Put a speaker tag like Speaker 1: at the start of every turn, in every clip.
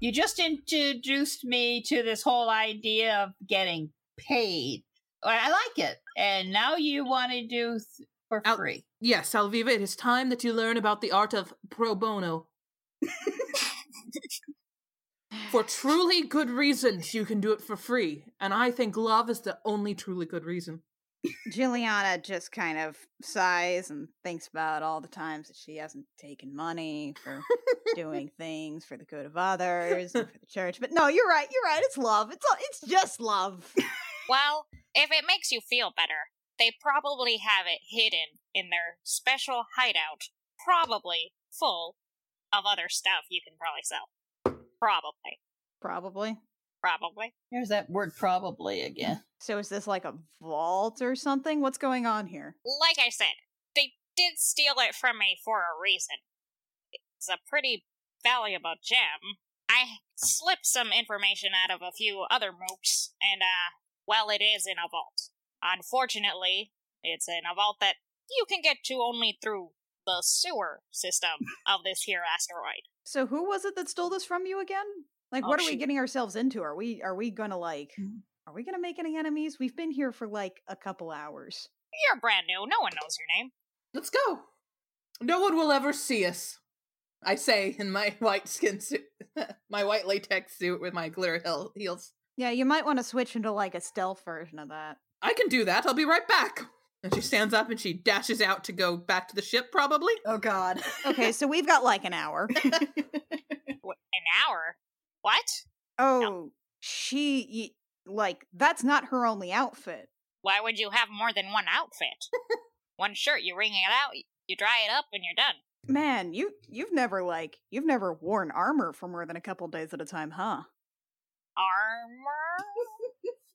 Speaker 1: you just introduced me to this whole idea of getting paid. I like it. And now you want to do th- for
Speaker 2: Out-
Speaker 1: free.
Speaker 2: Yes, Alviva, it is time that you learn about the art of pro bono. for truly good reasons, you can do it for free. And I think love is the only truly good reason.
Speaker 3: Juliana just kind of sighs and thinks about all the times that she hasn't taken money for doing things for the good of others and for the church. But no, you're right. You're right. It's love. It's all, it's just love.
Speaker 4: Well, if it makes you feel better, they probably have it hidden in their special hideout, probably full of other stuff you can probably sell. Probably.
Speaker 3: Probably.
Speaker 4: Probably.
Speaker 1: There's that word probably again.
Speaker 3: So is this like a vault or something? What's going on here?
Speaker 4: Like I said, they did steal it from me for a reason. It's a pretty valuable gem. I slipped some information out of a few other mooks, and, uh, well, it is in a vault. Unfortunately, it's in a vault that you can get to only through the sewer system of this here asteroid.
Speaker 3: So who was it that stole this from you again? Like
Speaker 4: Oh,
Speaker 3: what are we
Speaker 4: shoot.
Speaker 3: getting ourselves into? Are we are we gonna like
Speaker 1: Mm.
Speaker 3: are we gonna make any enemies? We've been here for like a couple hours.
Speaker 4: You're brand new. No one knows your name.
Speaker 2: Let's go. No one will ever see us. I say in my white skin suit, my white latex suit with my glitter heel- heels.
Speaker 3: Yeah, you might want to switch into like a stealth version of that.
Speaker 2: I can do that. I'll be right back. And she stands up and she dashes out to go back to the ship, probably.
Speaker 1: Oh, God.
Speaker 3: Okay, so we've got like an hour.
Speaker 4: Wh- An hour? What?
Speaker 3: Oh, she y- like that's not her only outfit.
Speaker 4: Why would you have more than one outfit? one shirt, you wring it out, you dry it up, and you're done.
Speaker 3: Man, you you've never like you've never worn armor for more than a couple days at a time, huh?
Speaker 4: Armor?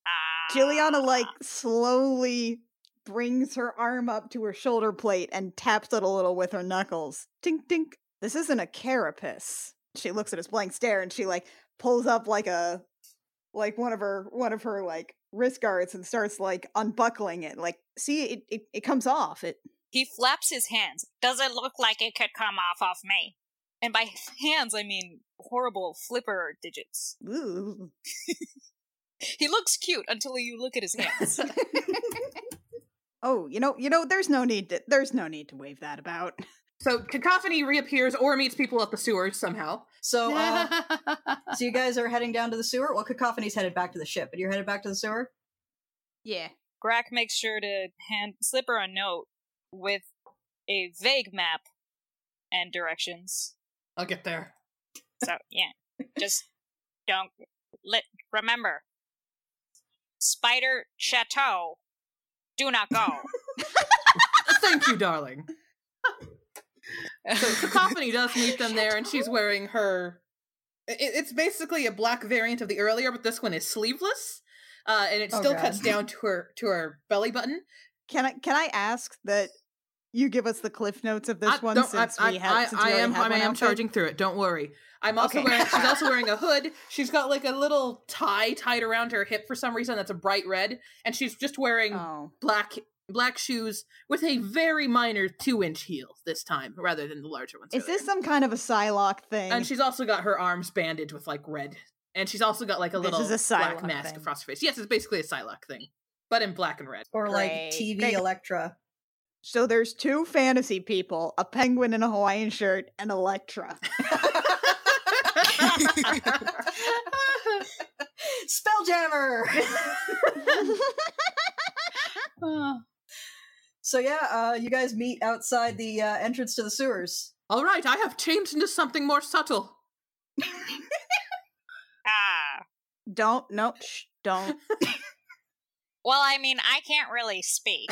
Speaker 4: Ah.
Speaker 3: Juliana like slowly brings her arm up to her shoulder plate and taps it a little with her knuckles. Tink tink. This isn't a carapace. She looks at his blank stare and she like pulls up like a like one of her one of her like wrist guards and starts like unbuckling it. Like, see it it, it comes off. It
Speaker 4: He flaps his hands. Does it look like it could come off of me? And by hands, I mean horrible flipper digits.
Speaker 3: ooh.
Speaker 4: He looks cute until you look at his hands.
Speaker 3: Oh, you know, you know, there's no need to there's no need to wave that about.
Speaker 2: So Cacophony reappears or meets people at the sewers somehow.
Speaker 5: So, uh, so you guys are heading down to the sewer. Well, Cacophony's headed back to the ship, but you're headed back to the sewer.
Speaker 3: Yeah.
Speaker 4: Grack makes sure to hand Slipper a note with a vague map and directions.
Speaker 2: I'll get there.
Speaker 4: So yeah, just don't let remember. Spider Chateau, do not go.
Speaker 2: Thank you, darling. So Cacophony does meet them there, and she's wearing her. i- i- It's basically a black variant of the earlier, but this one is sleeveless, uh, and it
Speaker 5: Oh,
Speaker 2: still
Speaker 5: God.
Speaker 2: cuts down to her to her belly button.
Speaker 3: Can I can I ask that you give us the cliff notes of this
Speaker 2: I-
Speaker 3: one
Speaker 2: don't- I-
Speaker 3: since we
Speaker 2: I-
Speaker 3: had
Speaker 2: I-
Speaker 3: since
Speaker 2: I
Speaker 3: we already
Speaker 2: am
Speaker 3: had
Speaker 2: I
Speaker 3: one
Speaker 2: am
Speaker 3: outfit?
Speaker 2: charging through it. Don't worry. I'm also
Speaker 3: Okay.
Speaker 2: wearing she's also wearing a hood. She's got like a little tie tied around her hip for some reason that's a bright red, and she's just wearing
Speaker 3: Oh.
Speaker 2: black black shoes with a very minor two inch heel this time rather than the larger ones.
Speaker 3: Is
Speaker 2: earlier.
Speaker 3: this some kind of a Psylocke thing?
Speaker 2: And she's also got her arms bandaged with like red, and she's also got like a
Speaker 3: This
Speaker 2: little
Speaker 3: is a
Speaker 2: black
Speaker 3: Psylocke
Speaker 2: mask
Speaker 3: thing.
Speaker 2: across her face. Yes, it's basically a Psylocke thing, but in black and red.
Speaker 5: Or like
Speaker 3: Great.
Speaker 5: TV
Speaker 3: Great.
Speaker 5: Electra.
Speaker 3: so there's two fantasy people, a penguin in a Hawaiian shirt and Electra.
Speaker 5: Spelljammer.
Speaker 1: Oh.
Speaker 5: so yeah, uh, you guys meet outside the uh, entrance to the sewers.
Speaker 2: All right, I have changed into something more subtle.
Speaker 4: ah.
Speaker 3: don't no shh, don't.
Speaker 4: Well, I mean, I can't really speak.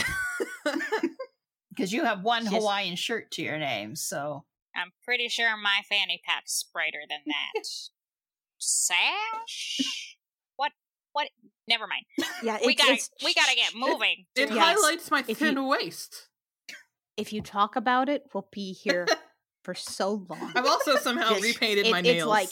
Speaker 1: Because you have one
Speaker 3: Yes.
Speaker 1: Hawaiian shirt to your name, so.
Speaker 4: I'm pretty sure my fanny pack's brighter than that. Sash? What? What? Never mind.
Speaker 3: Yeah,
Speaker 4: We
Speaker 3: it's-
Speaker 4: gotta.
Speaker 3: it's-
Speaker 4: We gotta get moving.
Speaker 2: It
Speaker 3: Yes.
Speaker 2: highlights my
Speaker 3: If
Speaker 2: thin waist.
Speaker 3: If you talk about it, we'll be here for so long.
Speaker 2: I've also somehow
Speaker 3: Just-
Speaker 2: repainted
Speaker 3: it-
Speaker 2: my
Speaker 3: it's
Speaker 2: nails.
Speaker 3: like-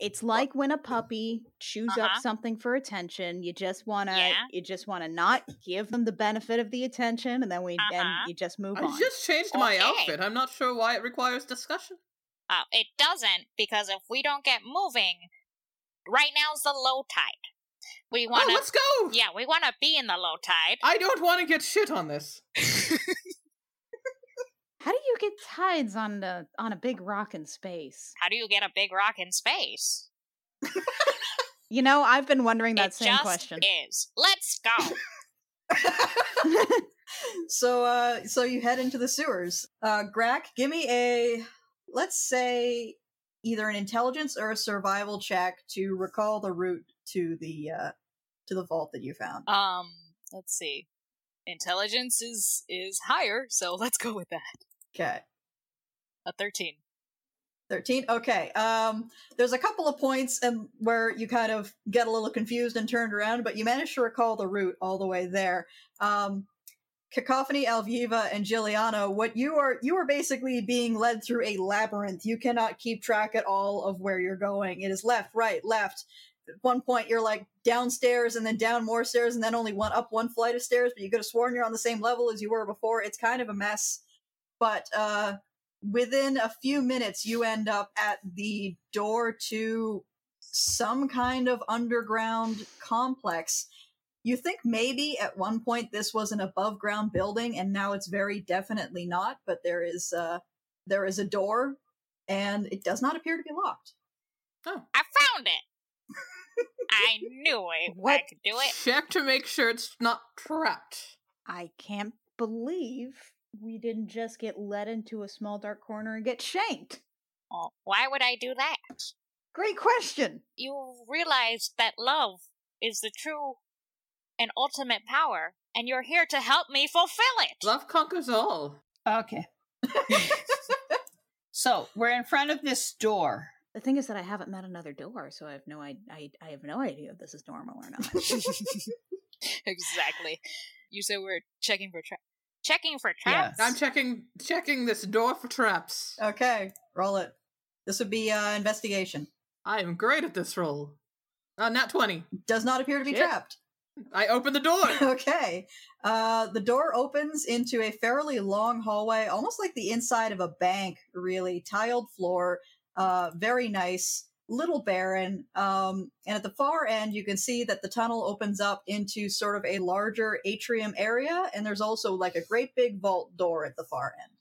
Speaker 3: it's like when a puppy chews
Speaker 4: Uh-huh.
Speaker 3: up something for attention you just want to
Speaker 4: Yeah.
Speaker 3: you just want to not give them the benefit of the attention and then we and
Speaker 4: Uh-huh.
Speaker 3: you just move
Speaker 2: I
Speaker 3: on
Speaker 2: just changed my
Speaker 4: Okay.
Speaker 2: outfit. I'm not sure why it requires discussion.
Speaker 4: Uh, it doesn't because if we don't get moving, right now's the low tide. We want
Speaker 2: oh,
Speaker 4: to.
Speaker 2: let's go!
Speaker 4: yeah, we want to be in the low tide.
Speaker 2: I don't want to get shit on this.
Speaker 6: How do you get tides on the on a big rock in space?
Speaker 4: How do you get a big rock in space?
Speaker 3: You know, I've been wondering that
Speaker 4: it
Speaker 3: same
Speaker 4: just
Speaker 3: question.
Speaker 4: is. Let's go.
Speaker 5: so uh so you head into the sewers. Uh Grack, give me a let's say either an intelligence or a survival check to recall the route to the uh to the vault that you
Speaker 1: Uh,
Speaker 5: found.
Speaker 4: um, let's see. Intelligence is is higher, so let's go with that.
Speaker 5: Okay.
Speaker 4: A thirteen.
Speaker 5: 13 okay um there's a couple of points um, where you kind of get a little confused and turned around but you manage to recall the route all the way there um cacophony alviva and giuliano what you are you are basically being led through a labyrinth you cannot keep track at all of where you're going it is left right left at one point you're like downstairs and then down more stairs and then only one up one flight of stairs but you could have sworn you're on the same level as you were before it's kind of a mess but uh within a few minutes you end up at the door to some kind of underground complex you think maybe at one point this was an above ground building and now it's very definitely not but there is uh there is a door and it does not appear to be locked
Speaker 4: I found it. I knew it. I
Speaker 3: What?
Speaker 4: could do it.
Speaker 2: Check to make sure it's not trapped.
Speaker 3: I can't believe we didn't just get led into a small dark corner and get shanked.
Speaker 4: Oh, why would I do that?
Speaker 3: Great question.
Speaker 4: You realize that love is the true and ultimate power, and you're here to help me fulfill it.
Speaker 2: Love conquers all.
Speaker 1: Okay. so we're in front of this door.
Speaker 3: The thing is that I haven't met another door, so I have no I I, I have no idea if this is normal or not.
Speaker 4: exactly. You said we're checking for traps. Checking for
Speaker 1: Yes.
Speaker 4: traps.
Speaker 2: I'm checking checking this door for traps.
Speaker 5: okay roll it this would be uh investigation
Speaker 2: I am great at this roll. Uh, nat 20.
Speaker 5: does not appear to be
Speaker 2: Shit.
Speaker 5: trapped
Speaker 2: I open the door.
Speaker 5: okay. Uh, the door opens into a fairly long hallway, almost like the inside of a bank, really. Tiled floor, uh, very nice, little barren. Um, and at the far end, you can see that the tunnel opens up into sort of a larger atrium area, and there's also like a great big vault door at the far end.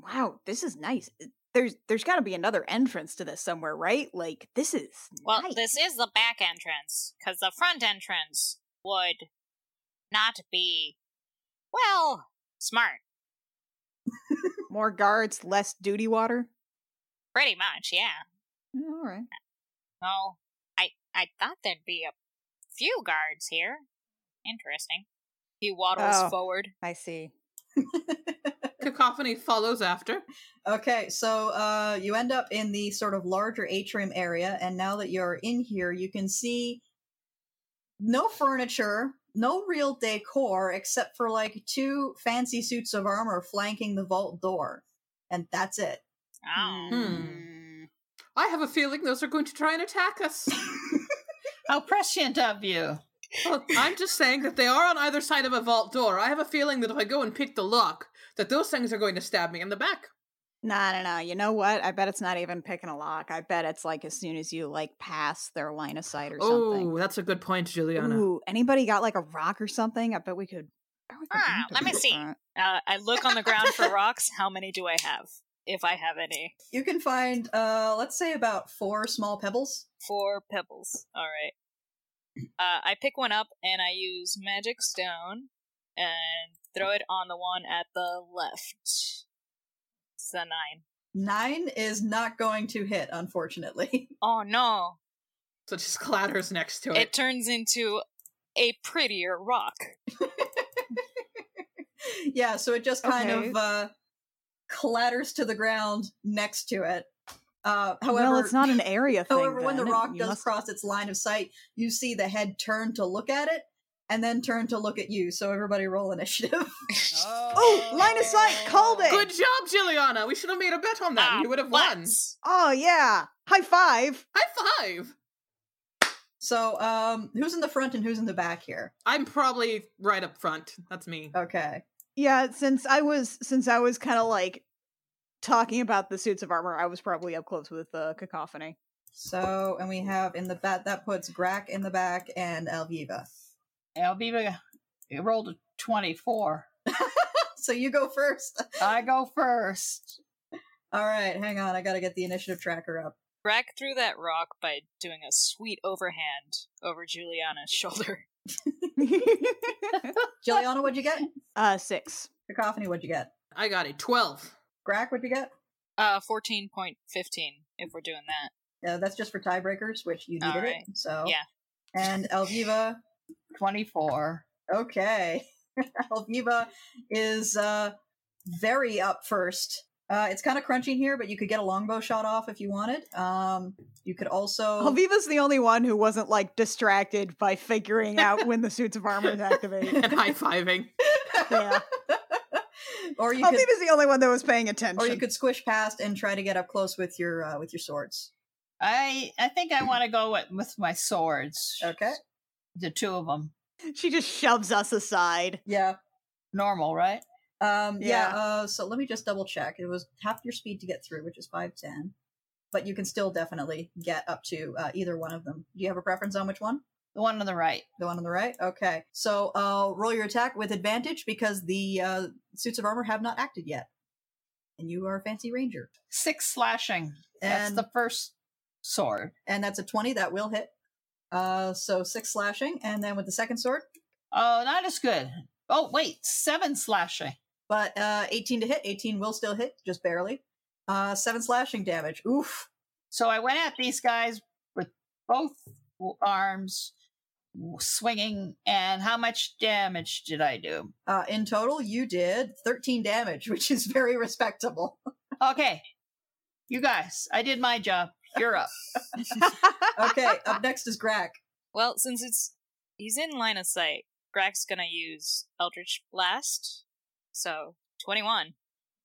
Speaker 3: wow, this is nice. eh, There's there's got to be another entrance to this somewhere, right? Like this is
Speaker 4: well,
Speaker 3: nice.
Speaker 4: this is the back entrance, because the front entrance would not be, well, smart.
Speaker 3: more guards, less duty water. Mm,
Speaker 4: Pretty much, yeah.
Speaker 3: Yeah, All right.
Speaker 4: No, I I thought there'd be a few guards here. Interesting. He waddles
Speaker 3: Oh.
Speaker 4: forward.
Speaker 3: I see.
Speaker 2: Cacophony follows after.
Speaker 5: Okay, so uh, you end up in the sort of larger atrium area, and now that you're in here, you can see no furniture, no real decor, except for like two fancy suits of armor flanking the vault door. And that's it.
Speaker 4: Oh.
Speaker 2: Hmm. I have a feeling those are going to try and attack us.
Speaker 1: How prescient of you.
Speaker 2: Well, I'm just saying that they are on either side of a vault door. I have a feeling that if I go and pick the lock, that those things are going to stab me in the back.
Speaker 3: Nah, nah, nah. You know what? I bet it's not even picking a lock. I bet it's like as soon as you like pass their line of sight or something.
Speaker 2: Oh, that's a good point, Juliana.
Speaker 3: Ooh, anybody got like a rock or something? I bet we could. I bet we could
Speaker 4: Ah,
Speaker 3: make a
Speaker 4: let me
Speaker 3: rock
Speaker 4: see.
Speaker 3: for it.
Speaker 4: Uh, I look on the ground for rocks. How many do I have? If I have any.
Speaker 5: You can find, uh, let's say, about four small pebbles.
Speaker 4: Four pebbles. All right. Uh, I pick one up and I use magic stone and throw it on the one at the left. It's a nine.
Speaker 5: Nine is not going to hit, unfortunately.
Speaker 4: Oh no!
Speaker 2: So it just clatters next to
Speaker 4: It
Speaker 2: it.
Speaker 4: turns into a prettier rock.
Speaker 5: yeah, so it just kind
Speaker 3: Okay.
Speaker 5: of uh, clatters to the ground next to it. Uh, however,
Speaker 3: Oh, well, it's not an area thing.
Speaker 5: However, when the
Speaker 3: then.
Speaker 5: rock
Speaker 3: You
Speaker 5: does
Speaker 3: must-
Speaker 5: cross its line of sight, you see the head turn to look at it and then turn to look at you. So everybody roll initiative.
Speaker 3: Oh, line of sight, called it.
Speaker 2: Good job, Juliana. We should have made a bet on that.
Speaker 4: Ah,
Speaker 2: you would have won.
Speaker 4: butts.
Speaker 3: Oh yeah, high five.
Speaker 2: High five.
Speaker 5: so um who's in the front and who's in the back here?
Speaker 2: I'm probably right up front. That's me.
Speaker 5: Okay.
Speaker 3: Yeah, since I was since I was kind of like talking about the suits of armor, I was probably up close with uh, cacophony.
Speaker 5: So, and we have in the bat that puts Grack in the back and Alviva.
Speaker 1: Albiva rolled a 24.
Speaker 5: So you go first.
Speaker 1: I go first.
Speaker 5: All right, hang on. I gotta get the initiative tracker up.
Speaker 4: Rack threw that rock by doing a sweet overhand over Juliana's shoulder.
Speaker 5: Juliana, what'd you get?
Speaker 3: uh, six.
Speaker 5: Cacophony, what'd you get?
Speaker 2: I got a 12.
Speaker 5: Grack, what'd you get?
Speaker 4: Uh, 14.15, if we're doing that.
Speaker 5: Uh, that's just for tiebreakers, which you needed
Speaker 4: Alright.
Speaker 5: it. So
Speaker 4: Yeah.
Speaker 5: And Elviva,
Speaker 1: 24.
Speaker 5: okay. Elviva is uh, very up first. Uh, it's kind of crunching here, but you could get a longbow shot off if you wanted. Um, you could
Speaker 1: Oh.
Speaker 5: also
Speaker 3: Alviva's the only one who wasn't like distracted by figuring out when the suits of armor is activated.
Speaker 2: And high fiving.
Speaker 3: Yeah.
Speaker 5: or you could
Speaker 3: Alviva's the only one that was paying attention.
Speaker 5: or you could squish past and try to get up close with your uh, with your swords.
Speaker 1: I I think I want to go with, with my swords.
Speaker 5: Okay.
Speaker 1: The two of them.
Speaker 3: She just shoves us aside.
Speaker 5: Yeah.
Speaker 1: Normal, right?
Speaker 5: Um, yeah.
Speaker 3: Yeah.
Speaker 5: uh, so let me just double check. It was half your speed to get through, which is five ten, but you can still definitely get up to uh, either one of them. Do you have a preference on which one?
Speaker 1: The one on the right.
Speaker 5: The one on the right. Okay. So uh, roll your attack with advantage because the uh, suits of armor have not acted yet, and you are a fancy ranger.
Speaker 1: Six slashing. That's
Speaker 5: And
Speaker 1: the first sword.
Speaker 5: and that's a twenty that will hit. Uh, so six slashing, and then with the second sword,
Speaker 1: Oh, not as good. Oh, wait, seven slashing.
Speaker 5: but uh, eighteen to hit. Eighteen will still hit, just barely. Uh, seven slashing damage. Oof.
Speaker 1: So I went at these guys with both w- arms w- swinging, and how much damage did I do?
Speaker 5: Uh, in total, you did 13 damage, which is very respectable.
Speaker 1: Okay, you guys, I did my job. You're up.
Speaker 5: Okay, up next is Grack.
Speaker 4: Well, since it's he's in line of sight, Grack's gonna use Eldritch Blast. So twenty-one.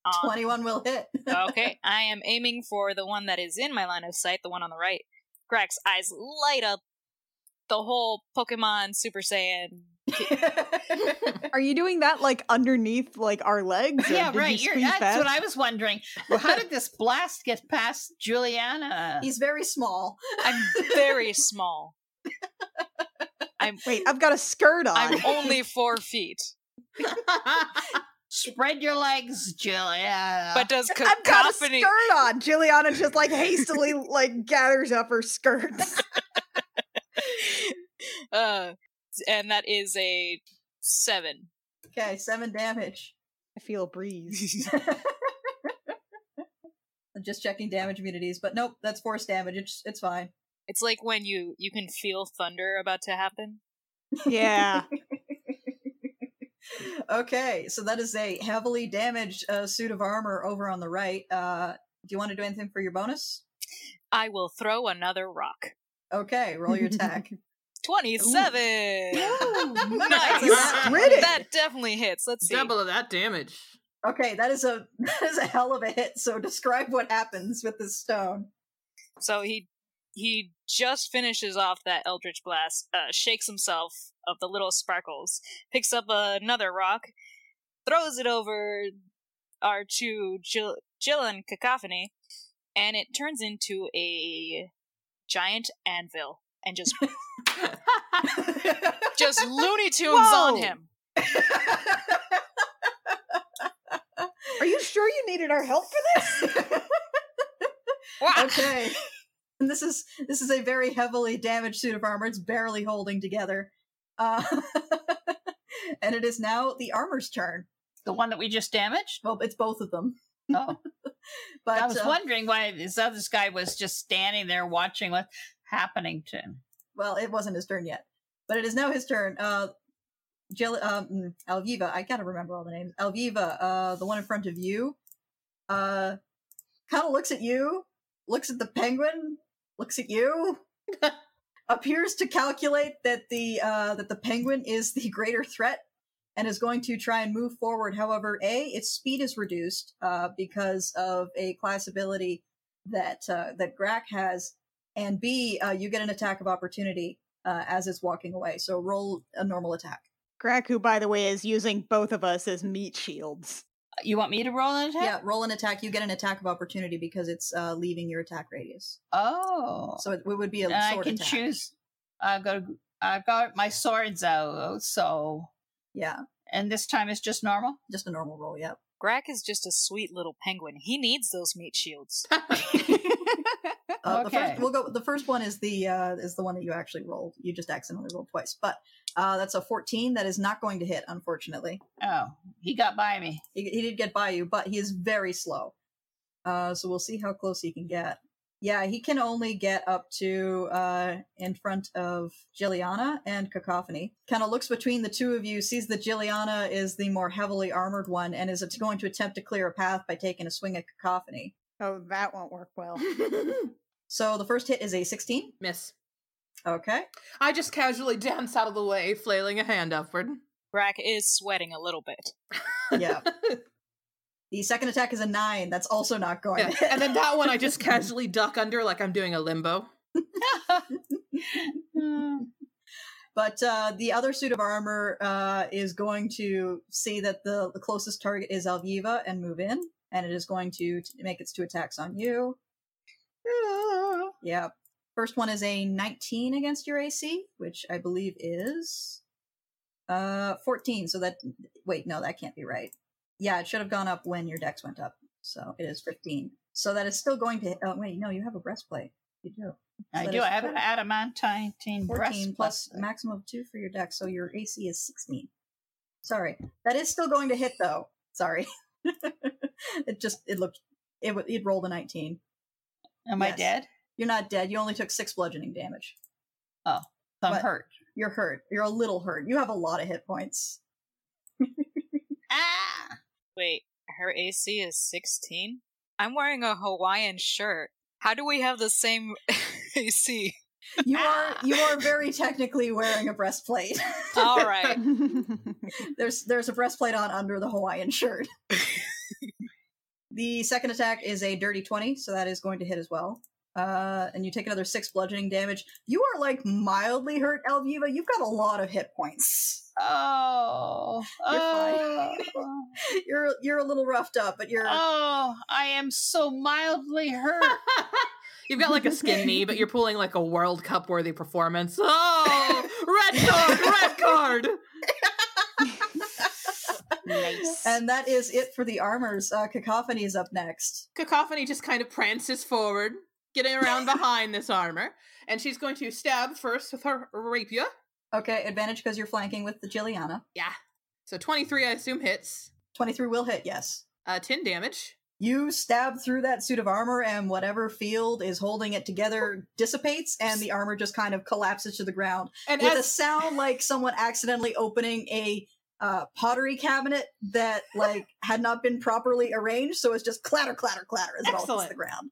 Speaker 4: Um,
Speaker 5: 21 will hit.
Speaker 4: okay, I am aiming for the one that is in my line of sight, the one on the right. Grack's eyes light up. The whole Pokemon Super Saiyan.
Speaker 3: Are you doing that like underneath like our legs? or
Speaker 1: yeah,
Speaker 3: did you
Speaker 1: right. You're,
Speaker 3: squeeze
Speaker 1: that's
Speaker 3: past?
Speaker 1: what I was wondering. Well, how did this blast get past Juliana?
Speaker 5: He's very small.
Speaker 4: I'm very small. I'm
Speaker 3: Wait, I've got a skirt on.
Speaker 4: I'm only four feet.
Speaker 1: Spread your legs, Juliana.
Speaker 4: But does
Speaker 3: I've got a
Speaker 4: cacophony?
Speaker 3: skirt on. Juliana just like hastily like gathers up her skirts.
Speaker 4: Uh, and that is a seven.
Speaker 5: Okay, 7 damage.
Speaker 3: I feel a breeze.
Speaker 5: I'm just checking damage immunities, but nope, that's force damage. It's, it's fine.
Speaker 4: It's like when you you can feel thunder about to happen.
Speaker 3: Yeah.
Speaker 5: okay, so that is a heavily damaged uh, suit of armor over on the right. Uh, do you want to do anything for your bonus?
Speaker 4: I will throw another rock.
Speaker 5: Okay, roll your attack.
Speaker 4: Twenty-seven.
Speaker 5: That's a
Speaker 4: Nice.
Speaker 5: nat
Speaker 3: Crit it.
Speaker 5: 20.
Speaker 4: that definitely hits. Let's see.
Speaker 2: Double of that damage.
Speaker 5: Okay, that is a that is a hell of a hit. So describe what happens with this stone.
Speaker 4: So he he just finishes off that eldritch blast, uh, shakes himself of the little sparkles, picks up another rock, throws it over our two Jill, Jill and Cacophony, and it turns into a giant anvil and just just Looney Tunes
Speaker 3: Whoa.
Speaker 4: on him.
Speaker 3: Are you sure you needed our help for
Speaker 4: Wah!
Speaker 5: okay. And this is this is a very heavily damaged suit of armor. It's barely holding together. Uh, and it is now the armor's turn.
Speaker 1: the one that we just damaged?
Speaker 5: Well, it's both of them.
Speaker 1: Oh.
Speaker 5: But
Speaker 1: I was
Speaker 5: uh,
Speaker 1: wondering why this other guy was just standing there watching what's happening to him.
Speaker 5: well, it wasn't his turn yet. But it is now his turn. Uh Jill um mm, Alviva, I gotta remember all the names. Alviva, uh the one in front of you, uh kinda looks at you, looks at the penguin, looks at you. appears to calculate that the uh that the penguin is the greater threat and is going to try and move forward. However, A, its speed is reduced uh because of a class ability that uh that Grack has and B, uh, you get an attack of opportunity uh, as it's walking away. So roll a normal attack.
Speaker 3: Grack, who by the way is using both of us as meat shields.
Speaker 1: You want me to roll an attack?
Speaker 5: Yeah, roll an attack. You get an attack of opportunity because it's uh, leaving your attack radius.
Speaker 1: Oh.
Speaker 5: So it, it would be a
Speaker 1: and I
Speaker 5: sword
Speaker 1: can
Speaker 5: attack.
Speaker 1: choose. I've got I've got my swords out, so
Speaker 5: Yeah,
Speaker 1: and this time it's just normal.
Speaker 5: just a normal roll. Yep.
Speaker 4: Grak is just a sweet little penguin. He needs those meat shields.
Speaker 5: Uh, The
Speaker 1: Okay.
Speaker 5: first, we'll go. The first one is the uh, is the one that you actually rolled. You just accidentally rolled twice, but uh, that's a fourteen. That is not going to hit, unfortunately.
Speaker 1: Oh, he got by me.
Speaker 5: He, he did get by you, but he is very slow. Uh, so we'll see how close he can get. Yeah, he can only get up to uh, in front of Jilliana and Cacophony. Kind of looks between the two of you, sees that Jilliana is the more heavily armored one, and is going to attempt to clear a path by taking a swing at Cacophony.
Speaker 3: Oh, that won't work well.
Speaker 5: So the first hit is a 16.
Speaker 2: Miss.
Speaker 5: Okay.
Speaker 2: I just casually dance out of the way, flailing a hand upward.
Speaker 4: Grak is sweating a little bit.
Speaker 5: Yeah. The second attack is a 9. That's also not going
Speaker 2: Yeah,
Speaker 5: to hit.
Speaker 2: And then that one I just casually duck under like I'm doing a limbo.
Speaker 5: But uh, the other suit of armor uh, is going to see that the, the closest target is Alviva and move in, and it is going to t- make its two attacks on you. Yeah. First one is a 19 against your AC, which I believe is uh 14. So that wait, no, that can't be right. Yeah, it should have gone up when your dex went up. So it is 15. So that is still going to. Oh wait, no, you have a breastplate. You do.
Speaker 1: I
Speaker 5: That
Speaker 1: do.
Speaker 5: is
Speaker 1: I have
Speaker 5: four-
Speaker 1: an adamantine
Speaker 5: 14
Speaker 1: breast
Speaker 5: plus maximum of two for your deck, so your AC is 16. Sorry, that is still going to hit though. Sorry, it just it looked it wa- it rolled a 19.
Speaker 1: Am I
Speaker 5: yes.
Speaker 1: dead?
Speaker 5: You're not dead. You only took six bludgeoning damage.
Speaker 1: I'm
Speaker 5: What?
Speaker 1: hurt.
Speaker 5: You're hurt. You're a little hurt. You have a lot of hit points.
Speaker 1: Ah!
Speaker 4: Wait, her AC is 16? I'm wearing a Hawaiian shirt. How do we have the same AC?
Speaker 5: You are you are very technically wearing a breastplate.
Speaker 4: All right.
Speaker 5: there's there's a breastplate on under the Hawaiian shirt. the second attack is a dirty twenty, so that is going to hit as well. Uh, and you take another six bludgeoning damage. You are like mildly hurt, Elviva. You've got a lot of hit points.
Speaker 1: Oh.
Speaker 5: You're
Speaker 1: oh.
Speaker 5: You're you're a little roughed up, but you're
Speaker 1: Oh, I am so mildly hurt.
Speaker 2: You've got like a skin knee, but you're pulling like a World Cup worthy performance. Oh, red card, red card.
Speaker 1: nice.
Speaker 5: and that is it for the armors. Uh, Cacophony is up next.
Speaker 2: Cacophony just kind of prances forward, getting around behind this armor, and she's going to stab first with her rapier.
Speaker 5: Okay, advantage because you're flanking with the Jilliana.
Speaker 2: Yeah. So 23, I assume, hits.
Speaker 5: Twenty three will hit. Yes.
Speaker 2: Uh, 10 damage.
Speaker 5: You stab through that suit of armor, and whatever field is holding it together dissipates, and the armor just kind of collapses to the ground
Speaker 2: And
Speaker 5: with a
Speaker 2: as,
Speaker 5: sound like someone accidentally opening a uh, pottery cabinet that like had not been properly arranged. So it's just clatter, clatter, clatter as it all hits
Speaker 2: Excellent.
Speaker 5: the ground.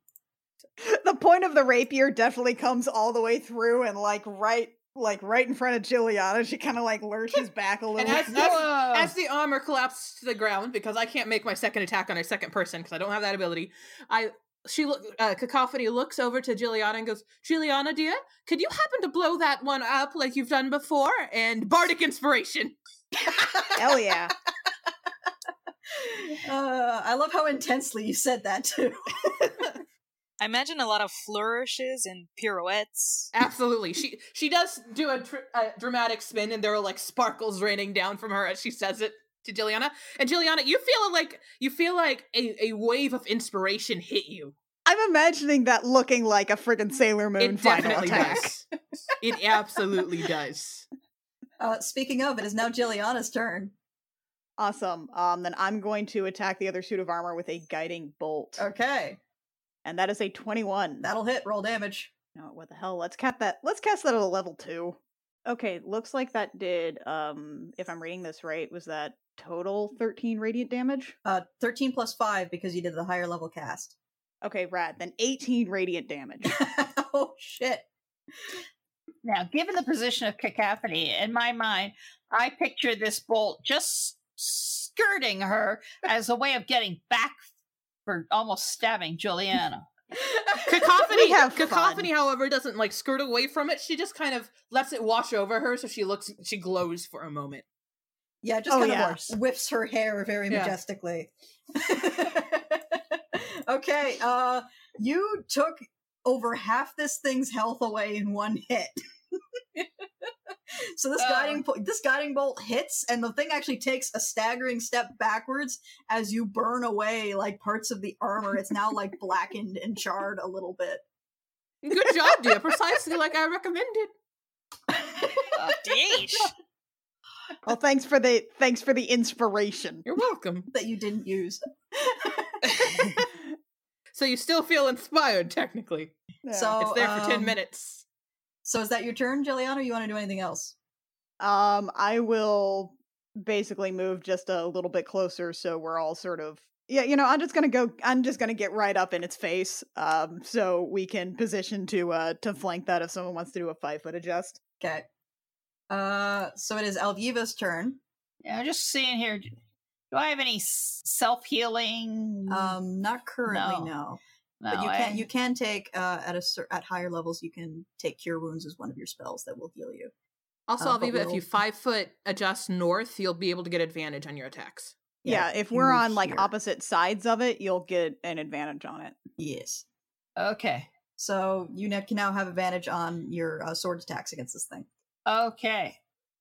Speaker 3: the point of the rapier definitely comes all the way through and like right like right in front of Giuliana, she kind of like lurches back a little.
Speaker 2: And as-
Speaker 3: bit.
Speaker 2: as-
Speaker 1: Whoa.
Speaker 2: as the armor collapsed to the ground, because I can't make my second attack on a second person because I don't have that ability, I she look uh, cacophony looks over to Juliana and goes, "Juliana, dear, could you happen to blow that one up like you've done before?" And bardic inspiration.
Speaker 3: Hell yeah!
Speaker 5: Uh, I love how intensely you said that too.
Speaker 4: I imagine a lot of flourishes and pirouettes.
Speaker 2: Absolutely. She she does do a, tr- a dramatic spin, and there are like sparkles raining down from her as she says it to Juliana. And Juliana, you feel like you feel like a, a wave of inspiration hit you.
Speaker 3: I'm imagining that looking like a friggin' Sailor Moon
Speaker 2: it
Speaker 3: final
Speaker 2: definitely
Speaker 3: attack.
Speaker 2: does. It absolutely does.
Speaker 5: Uh, speaking of, it is now Jilliana's turn.
Speaker 3: Awesome. Um, then I'm going to attack the other suit of armor with a guiding bolt,
Speaker 5: Okay,
Speaker 3: and that is a 21.
Speaker 5: that'll hit. Roll damage.
Speaker 3: No, what the hell? Let's cast that. Let's cast that at a level two. Okay, looks like that did. Um, if I'm reading this right, was that total 13 radiant damage?
Speaker 5: Uh, Thirteen plus five because you did the higher level cast.
Speaker 3: Okay, rad. Then 18 radiant damage.
Speaker 5: oh shit.
Speaker 1: Now, given the position of cacophony, in my mind, I picture this bolt just skirting her as a way of getting back for almost stabbing Juliana.
Speaker 2: Cacophony,
Speaker 3: We have
Speaker 2: cacophony, however, doesn't like skirt away from it. She just kind of lets it wash over her, so she looks, she glows for a moment.
Speaker 5: Yeah, just
Speaker 3: Oh,
Speaker 5: kind
Speaker 3: yeah.
Speaker 5: of like whips her hair very
Speaker 2: Yeah.
Speaker 5: majestically. okay, uh you took over half this thing's health away in one hit. so this
Speaker 4: Oh.
Speaker 5: guiding po- this guiding bolt hits and the thing actually takes a staggering step backwards as you burn away like parts of the armor. It's now like blackened and charred a little bit.
Speaker 2: Good job, dear. Precisely like I recommended.
Speaker 4: Deesh.
Speaker 3: Well, thanks for the thanks for the inspiration.
Speaker 2: You're welcome.
Speaker 5: that you didn't use.
Speaker 2: So you still feel inspired, technically.
Speaker 5: So
Speaker 2: It's there for ten
Speaker 5: um,
Speaker 2: minutes.
Speaker 5: So is that your turn, Jelliano? You want to do anything else?
Speaker 3: Um, I will basically move just a little bit closer so we're all sort of yeah, you know, I'm just gonna go. I'm just gonna get right up in its face, um, so we can position to uh to flank that if someone wants to do a five foot adjust.
Speaker 5: Okay. Uh, so it is Alviva's turn.
Speaker 1: Yeah, I'm just seeing here. Do I have any self healing?
Speaker 5: Um, not currently, no.
Speaker 1: Mm. No.
Speaker 5: But you can you can take uh, at a cer- at higher levels. You can take Cure Wounds as one of your spells that will heal you.
Speaker 2: Also,
Speaker 5: uh, but
Speaker 2: Aviva, if
Speaker 5: we'll-
Speaker 2: you five foot adjust north, you'll be able to get advantage on your attacks.
Speaker 3: Yeah, if
Speaker 5: you
Speaker 3: we're
Speaker 5: move
Speaker 3: on like
Speaker 5: here.
Speaker 3: opposite sides of it, you'll get an advantage on it.
Speaker 5: Yes.
Speaker 1: Okay.
Speaker 5: So you ne- can now have advantage on your uh, sword attacks against this thing.
Speaker 1: Okay.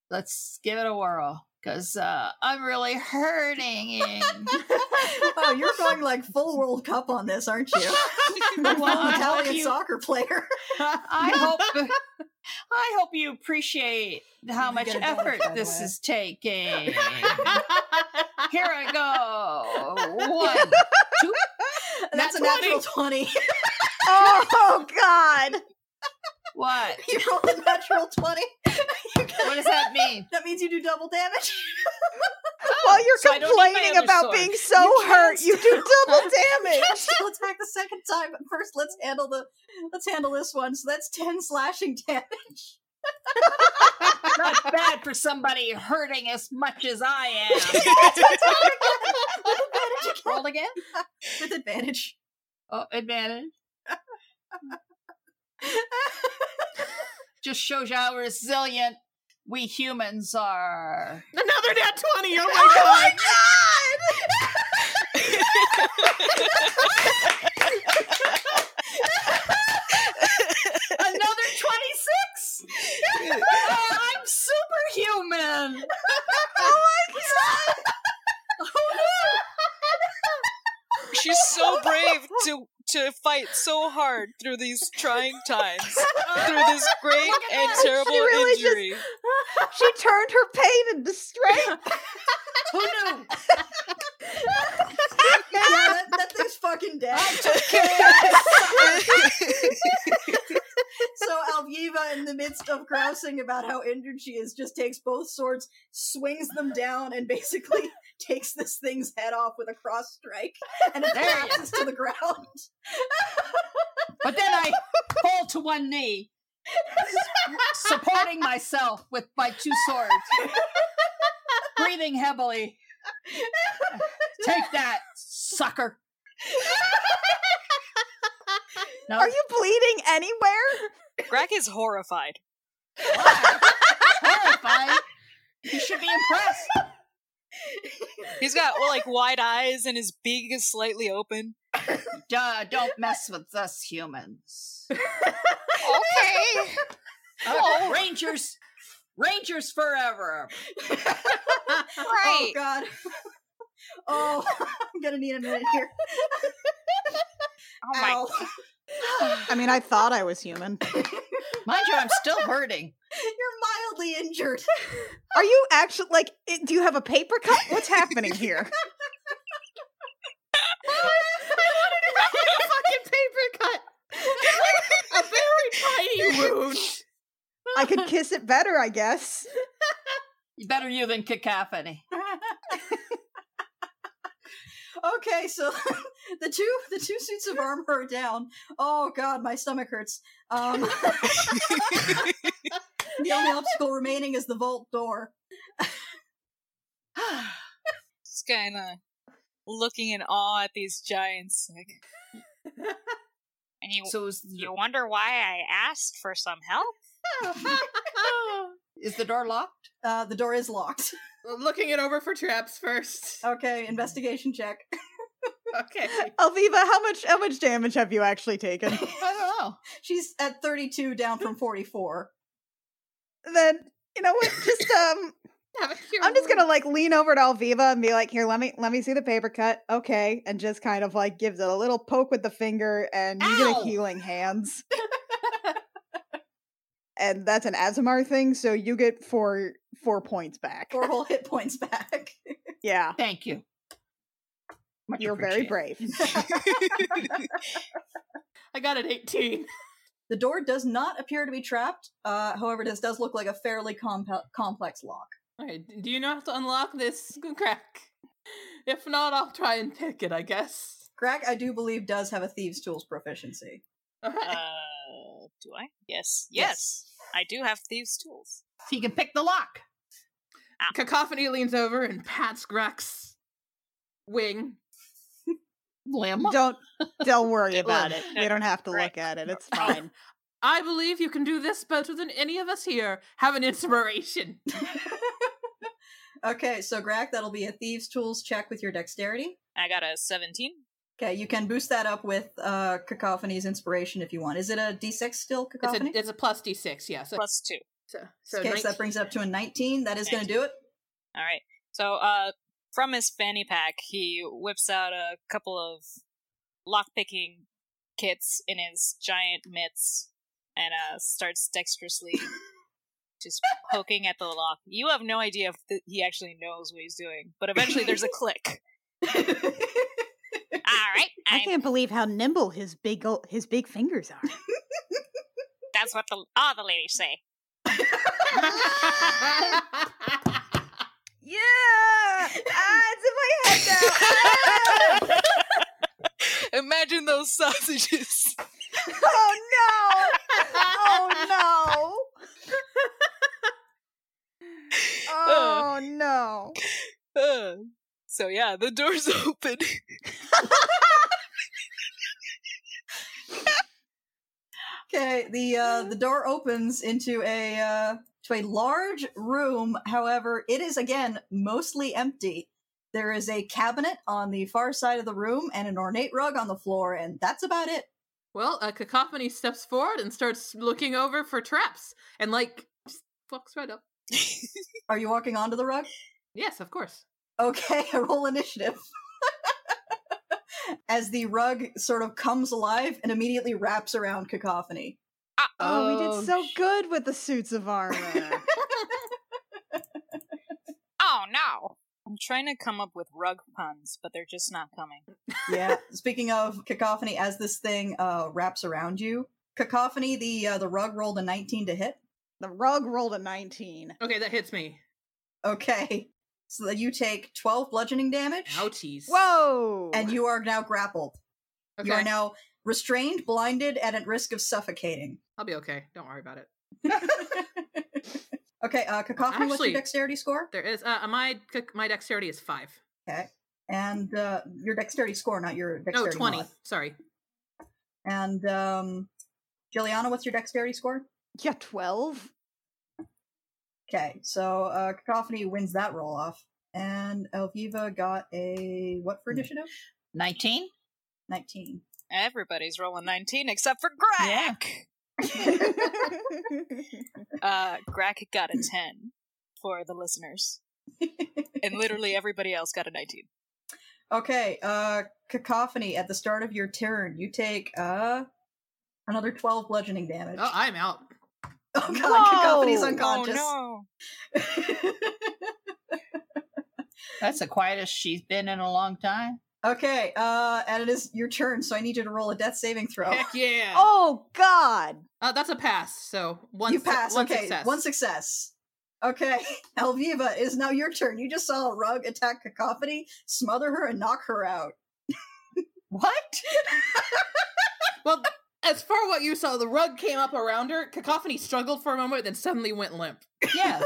Speaker 1: Let's give it a whirl because uh, I'm really hurting.
Speaker 5: oh, you're going like full World Cup on this, aren't you?
Speaker 1: Well,
Speaker 5: Full
Speaker 1: I hope
Speaker 5: Italian
Speaker 1: you-
Speaker 5: soccer player.
Speaker 1: I hope I hope you appreciate how
Speaker 5: You
Speaker 1: much
Speaker 5: get a bonus,
Speaker 1: effort
Speaker 5: by the
Speaker 1: this
Speaker 5: way.
Speaker 1: is taking. Here I go. One.
Speaker 5: That's a natural twenty.
Speaker 3: oh God!
Speaker 1: What?
Speaker 5: you rolled a natural twenty. You get-
Speaker 1: What does that mean?
Speaker 5: That means you do double damage.
Speaker 3: While you're
Speaker 1: Oh, so I don't need my
Speaker 3: complaining
Speaker 1: other
Speaker 3: about
Speaker 1: sword.
Speaker 3: being so
Speaker 5: You can't
Speaker 3: hurt, you do double
Speaker 5: You
Speaker 3: damage.
Speaker 5: can still attack the second time, but first let's handle the let's handle this one. So that's ten slashing damage.
Speaker 1: Not bad for somebody hurting as much as I am. Rolled again?
Speaker 5: With advantage.
Speaker 1: Oh, advantage.
Speaker 5: Oh
Speaker 1: Just shows you how resilient we humans are.
Speaker 2: Another nat 20. Oh my god.
Speaker 1: Another 26! Oh, I'm superhuman!
Speaker 5: Oh
Speaker 7: She's so brave to to fight so hard through these trying times, through this great and
Speaker 3: that. Oh She
Speaker 7: terrible
Speaker 3: really just-
Speaker 7: injury.
Speaker 3: she turned her pain into strength.
Speaker 1: Who
Speaker 2: Oh,
Speaker 1: knew?
Speaker 5: Yeah, that, that thing's fucking dead. so Alviva, in the midst of grousing about how injured she is, just takes both swords, swings them down, and basically takes this thing's head off with a cross strike, and it
Speaker 1: There you-
Speaker 5: collapses to the ground.
Speaker 1: But then I fall to one knee, supporting myself with my two swords, breathing heavily. Take that, sucker! No,
Speaker 3: Are you bleeding anywhere?
Speaker 7: Greg is horrified.
Speaker 1: terrified. You should be impressed.
Speaker 7: He's got like wide eyes and his beak is slightly open.
Speaker 1: Duh, don't mess with us humans.
Speaker 7: Okay.
Speaker 1: Oh, Rangers, Rangers forever.
Speaker 5: Oh god. Oh, I'm gonna need a minute here.
Speaker 7: Oh my.
Speaker 5: Ow.
Speaker 3: I mean, I thought I was human.
Speaker 1: Mind you, I'm still hurting.
Speaker 5: You're mildly injured.
Speaker 3: Are you actually like? i- Do you have a paper cut? What's happening here?
Speaker 2: fucking paper cut. a very tiny wound.
Speaker 3: I could kiss it better, I guess.
Speaker 1: Better you than cacophony.
Speaker 5: okay, so the two the two suits of armor are down. Oh god, my stomach hurts. Um, the only obstacle remaining is the vault door.
Speaker 7: Just kind of looking in awe at these giants. Like,
Speaker 4: And you,
Speaker 1: So is
Speaker 4: you
Speaker 1: the,
Speaker 4: wonder why I asked for some help?
Speaker 1: Is the door locked?
Speaker 5: Uh, the door is locked.
Speaker 2: Looking it over for traps first.
Speaker 5: Okay, investigation check.
Speaker 2: Okay.
Speaker 3: Alviva, how much how much damage have you actually taken?
Speaker 1: I don't know.
Speaker 5: She's at 32, down from 44.
Speaker 3: then you know what? Just um,
Speaker 2: Have a cure
Speaker 3: I'm just
Speaker 2: wound.
Speaker 3: gonna like lean over to Alviva and be like, "Here, let me let me see the paper cut, okay?" And just kind of like gives it a little poke with the finger, and you get
Speaker 1: Ow!
Speaker 3: a healing hands. and that's an Azamar thing, so you get four four points back.
Speaker 5: Four whole hit points back.
Speaker 3: Yeah,
Speaker 1: Thank you. Much
Speaker 3: you're very
Speaker 1: appreciated.
Speaker 3: brave.
Speaker 2: I got an 18.
Speaker 5: The door does not appear to be trapped. Uh, however, this does look like a fairly compa- complex lock.
Speaker 2: Alright, do you know how to unlock this crack? If not, I'll try and pick it, I guess.
Speaker 5: Crack, I do believe, does have a thieves' tools proficiency.
Speaker 2: Alright.
Speaker 4: Uh, do I? Yes. Yes. I do have thieves' tools.
Speaker 1: So you can pick the lock.
Speaker 2: Cacophony leans over and pats Grek's wing.
Speaker 1: Lim.
Speaker 3: don't don't worry about
Speaker 4: Look,
Speaker 3: it. You don't have to
Speaker 4: right.
Speaker 3: look at it. It's fine.
Speaker 2: I believe you can do this better than any of us here. Have an inspiration.
Speaker 5: Okay, so Grack, that'll be a thieves' tools check with your dexterity.
Speaker 4: I got a 17.
Speaker 5: Okay, you can boost that up with uh, Cacophony's inspiration if you want. Is it a d6 still,
Speaker 2: It's
Speaker 5: Cacophony?
Speaker 2: a, it's a plus d6, yeah. So,
Speaker 4: Plus 2.
Speaker 2: so, so
Speaker 5: okay, so
Speaker 2: 19.
Speaker 5: that brings it up to a 19. That is going to do it.
Speaker 4: All right. So, uh, from his fanny pack, he whips out a couple of lockpicking kits in his giant mitts and uh, starts dexterously just poking at the lock. You have no idea if th- he actually knows what he's doing, but eventually there's a click. All right.
Speaker 3: I
Speaker 4: I'm-
Speaker 3: can't believe how nimble his big ol- his big fingers are.
Speaker 4: that's what the, all the ladies say.
Speaker 3: Yeah, ah, it's in my head now. Ah!
Speaker 7: Imagine those sausages.
Speaker 3: Oh no! Oh no! Oh no!
Speaker 7: Uh, so yeah, the door's open.
Speaker 5: Okay, the uh, the door opens into a uh, to a large room. However, it is again mostly empty. There is a cabinet on the far side of the room and an ornate rug on the floor, and that's about it.
Speaker 2: Well, uh, Cacophony steps forward and starts looking over for traps and, like, just walks right up.
Speaker 5: Are you walking onto the rug?
Speaker 2: Yes, of course.
Speaker 5: Okay, I roll initiative. As the rug sort of comes alive and immediately wraps around cacophony.
Speaker 3: Oh, we
Speaker 2: Oh,
Speaker 3: did so good with the suits of armor.
Speaker 4: Oh, no. I'm trying to come up with rug puns, but they're just not coming.
Speaker 5: yeah. Speaking of cacophony, as this thing uh, wraps around you, cacophony, the uh, the rug rolled a nineteen to hit.
Speaker 3: the rug rolled a nineteen.
Speaker 2: Okay, that hits me.
Speaker 5: Okay. So that you take 12 bludgeoning damage.
Speaker 2: Ouchies.
Speaker 3: Whoa!
Speaker 5: And you are now grappled.
Speaker 2: okay.
Speaker 5: You are now restrained, blinded, and at risk of suffocating.
Speaker 2: I'll be okay. Don't worry about it.
Speaker 5: okay, uh, Cacophony, what's
Speaker 2: Actually-
Speaker 5: your dexterity score?
Speaker 2: There is uh, my my dexterity is five.
Speaker 5: And uh, your dexterity score, not your
Speaker 2: No,
Speaker 5: dexterity.
Speaker 2: twenty.
Speaker 5: mod.
Speaker 2: Sorry.
Speaker 5: And um, Juliana, what's your dexterity score?
Speaker 3: yeah, twelve.
Speaker 5: Okay, so uh, Cacophony wins that roll off. And Elviva got a what for initiative?
Speaker 1: 19?
Speaker 5: 19.
Speaker 4: Everybody's rolling 19 except for Grack. Uh, Grack got a 10 for the listeners, and literally everybody else got a 19.
Speaker 5: Okay, uh cacophony at the start of your turn, you take uh another 12 bludgeoning damage.
Speaker 2: Oh, I'm out.
Speaker 5: Oh god,
Speaker 3: No!
Speaker 5: cacophony's
Speaker 3: Oh,
Speaker 5: unconscious.
Speaker 4: Oh
Speaker 1: That's the quietest she's been in a long time.
Speaker 5: okay, uh and it is your turn, so I need you to roll a death saving throw.
Speaker 2: Heck yeah.
Speaker 3: oh God!
Speaker 2: Uh, that's a pass. So one.
Speaker 5: you
Speaker 2: su-
Speaker 5: pass.
Speaker 2: One
Speaker 5: okay,
Speaker 2: success.
Speaker 5: one success. Okay, Elviva, it is now your turn. You just saw a rug attack cacophony, smother her, and knock her out.
Speaker 1: What?
Speaker 2: well, as far what you saw, the rug came up around her. Cacophony struggled for a moment, then suddenly went limp.
Speaker 1: Yeah.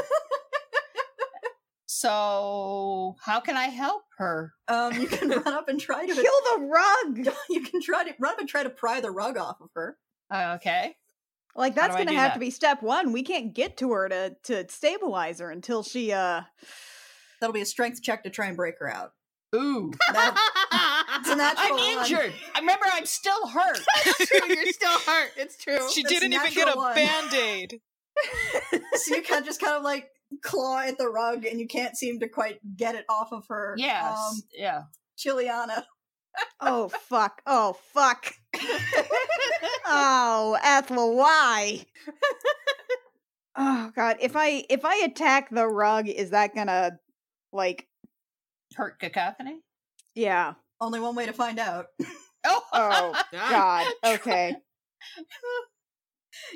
Speaker 1: so, how can I help her?
Speaker 5: Um, you can run up and try
Speaker 3: Kill
Speaker 5: to
Speaker 3: the rug!
Speaker 5: you can try to run up and try to pry the rug off of her.
Speaker 1: Uh, okay.
Speaker 3: Like
Speaker 1: How
Speaker 3: that's
Speaker 1: do I
Speaker 3: going to
Speaker 1: do
Speaker 3: have
Speaker 1: that?
Speaker 3: to be step 1. We can't get to her to to stabilize her until she uh
Speaker 5: That'll be a strength check to try and break her out.
Speaker 1: Ooh.
Speaker 5: That- a natural
Speaker 1: I'm
Speaker 5: one.
Speaker 1: injured. I remember I'm still hurt.
Speaker 2: You're still hurt. It's true.
Speaker 4: She
Speaker 5: That's
Speaker 4: didn't even get a
Speaker 5: natural one.
Speaker 4: band aid.
Speaker 5: so you kind of just kind of like claw at the rug, and you can't seem to quite get it off of her.
Speaker 1: yes.
Speaker 5: Um,
Speaker 1: yeah.
Speaker 5: Chiliana.
Speaker 3: oh fuck. Oh fuck. oh, Ethel, why? oh god, if I if I attack the rug, is that going to like
Speaker 1: Hurt cacophony.
Speaker 3: yeah.
Speaker 5: Only one way to find out.
Speaker 1: Oh,
Speaker 3: Oh god.
Speaker 1: Try-
Speaker 3: Okay.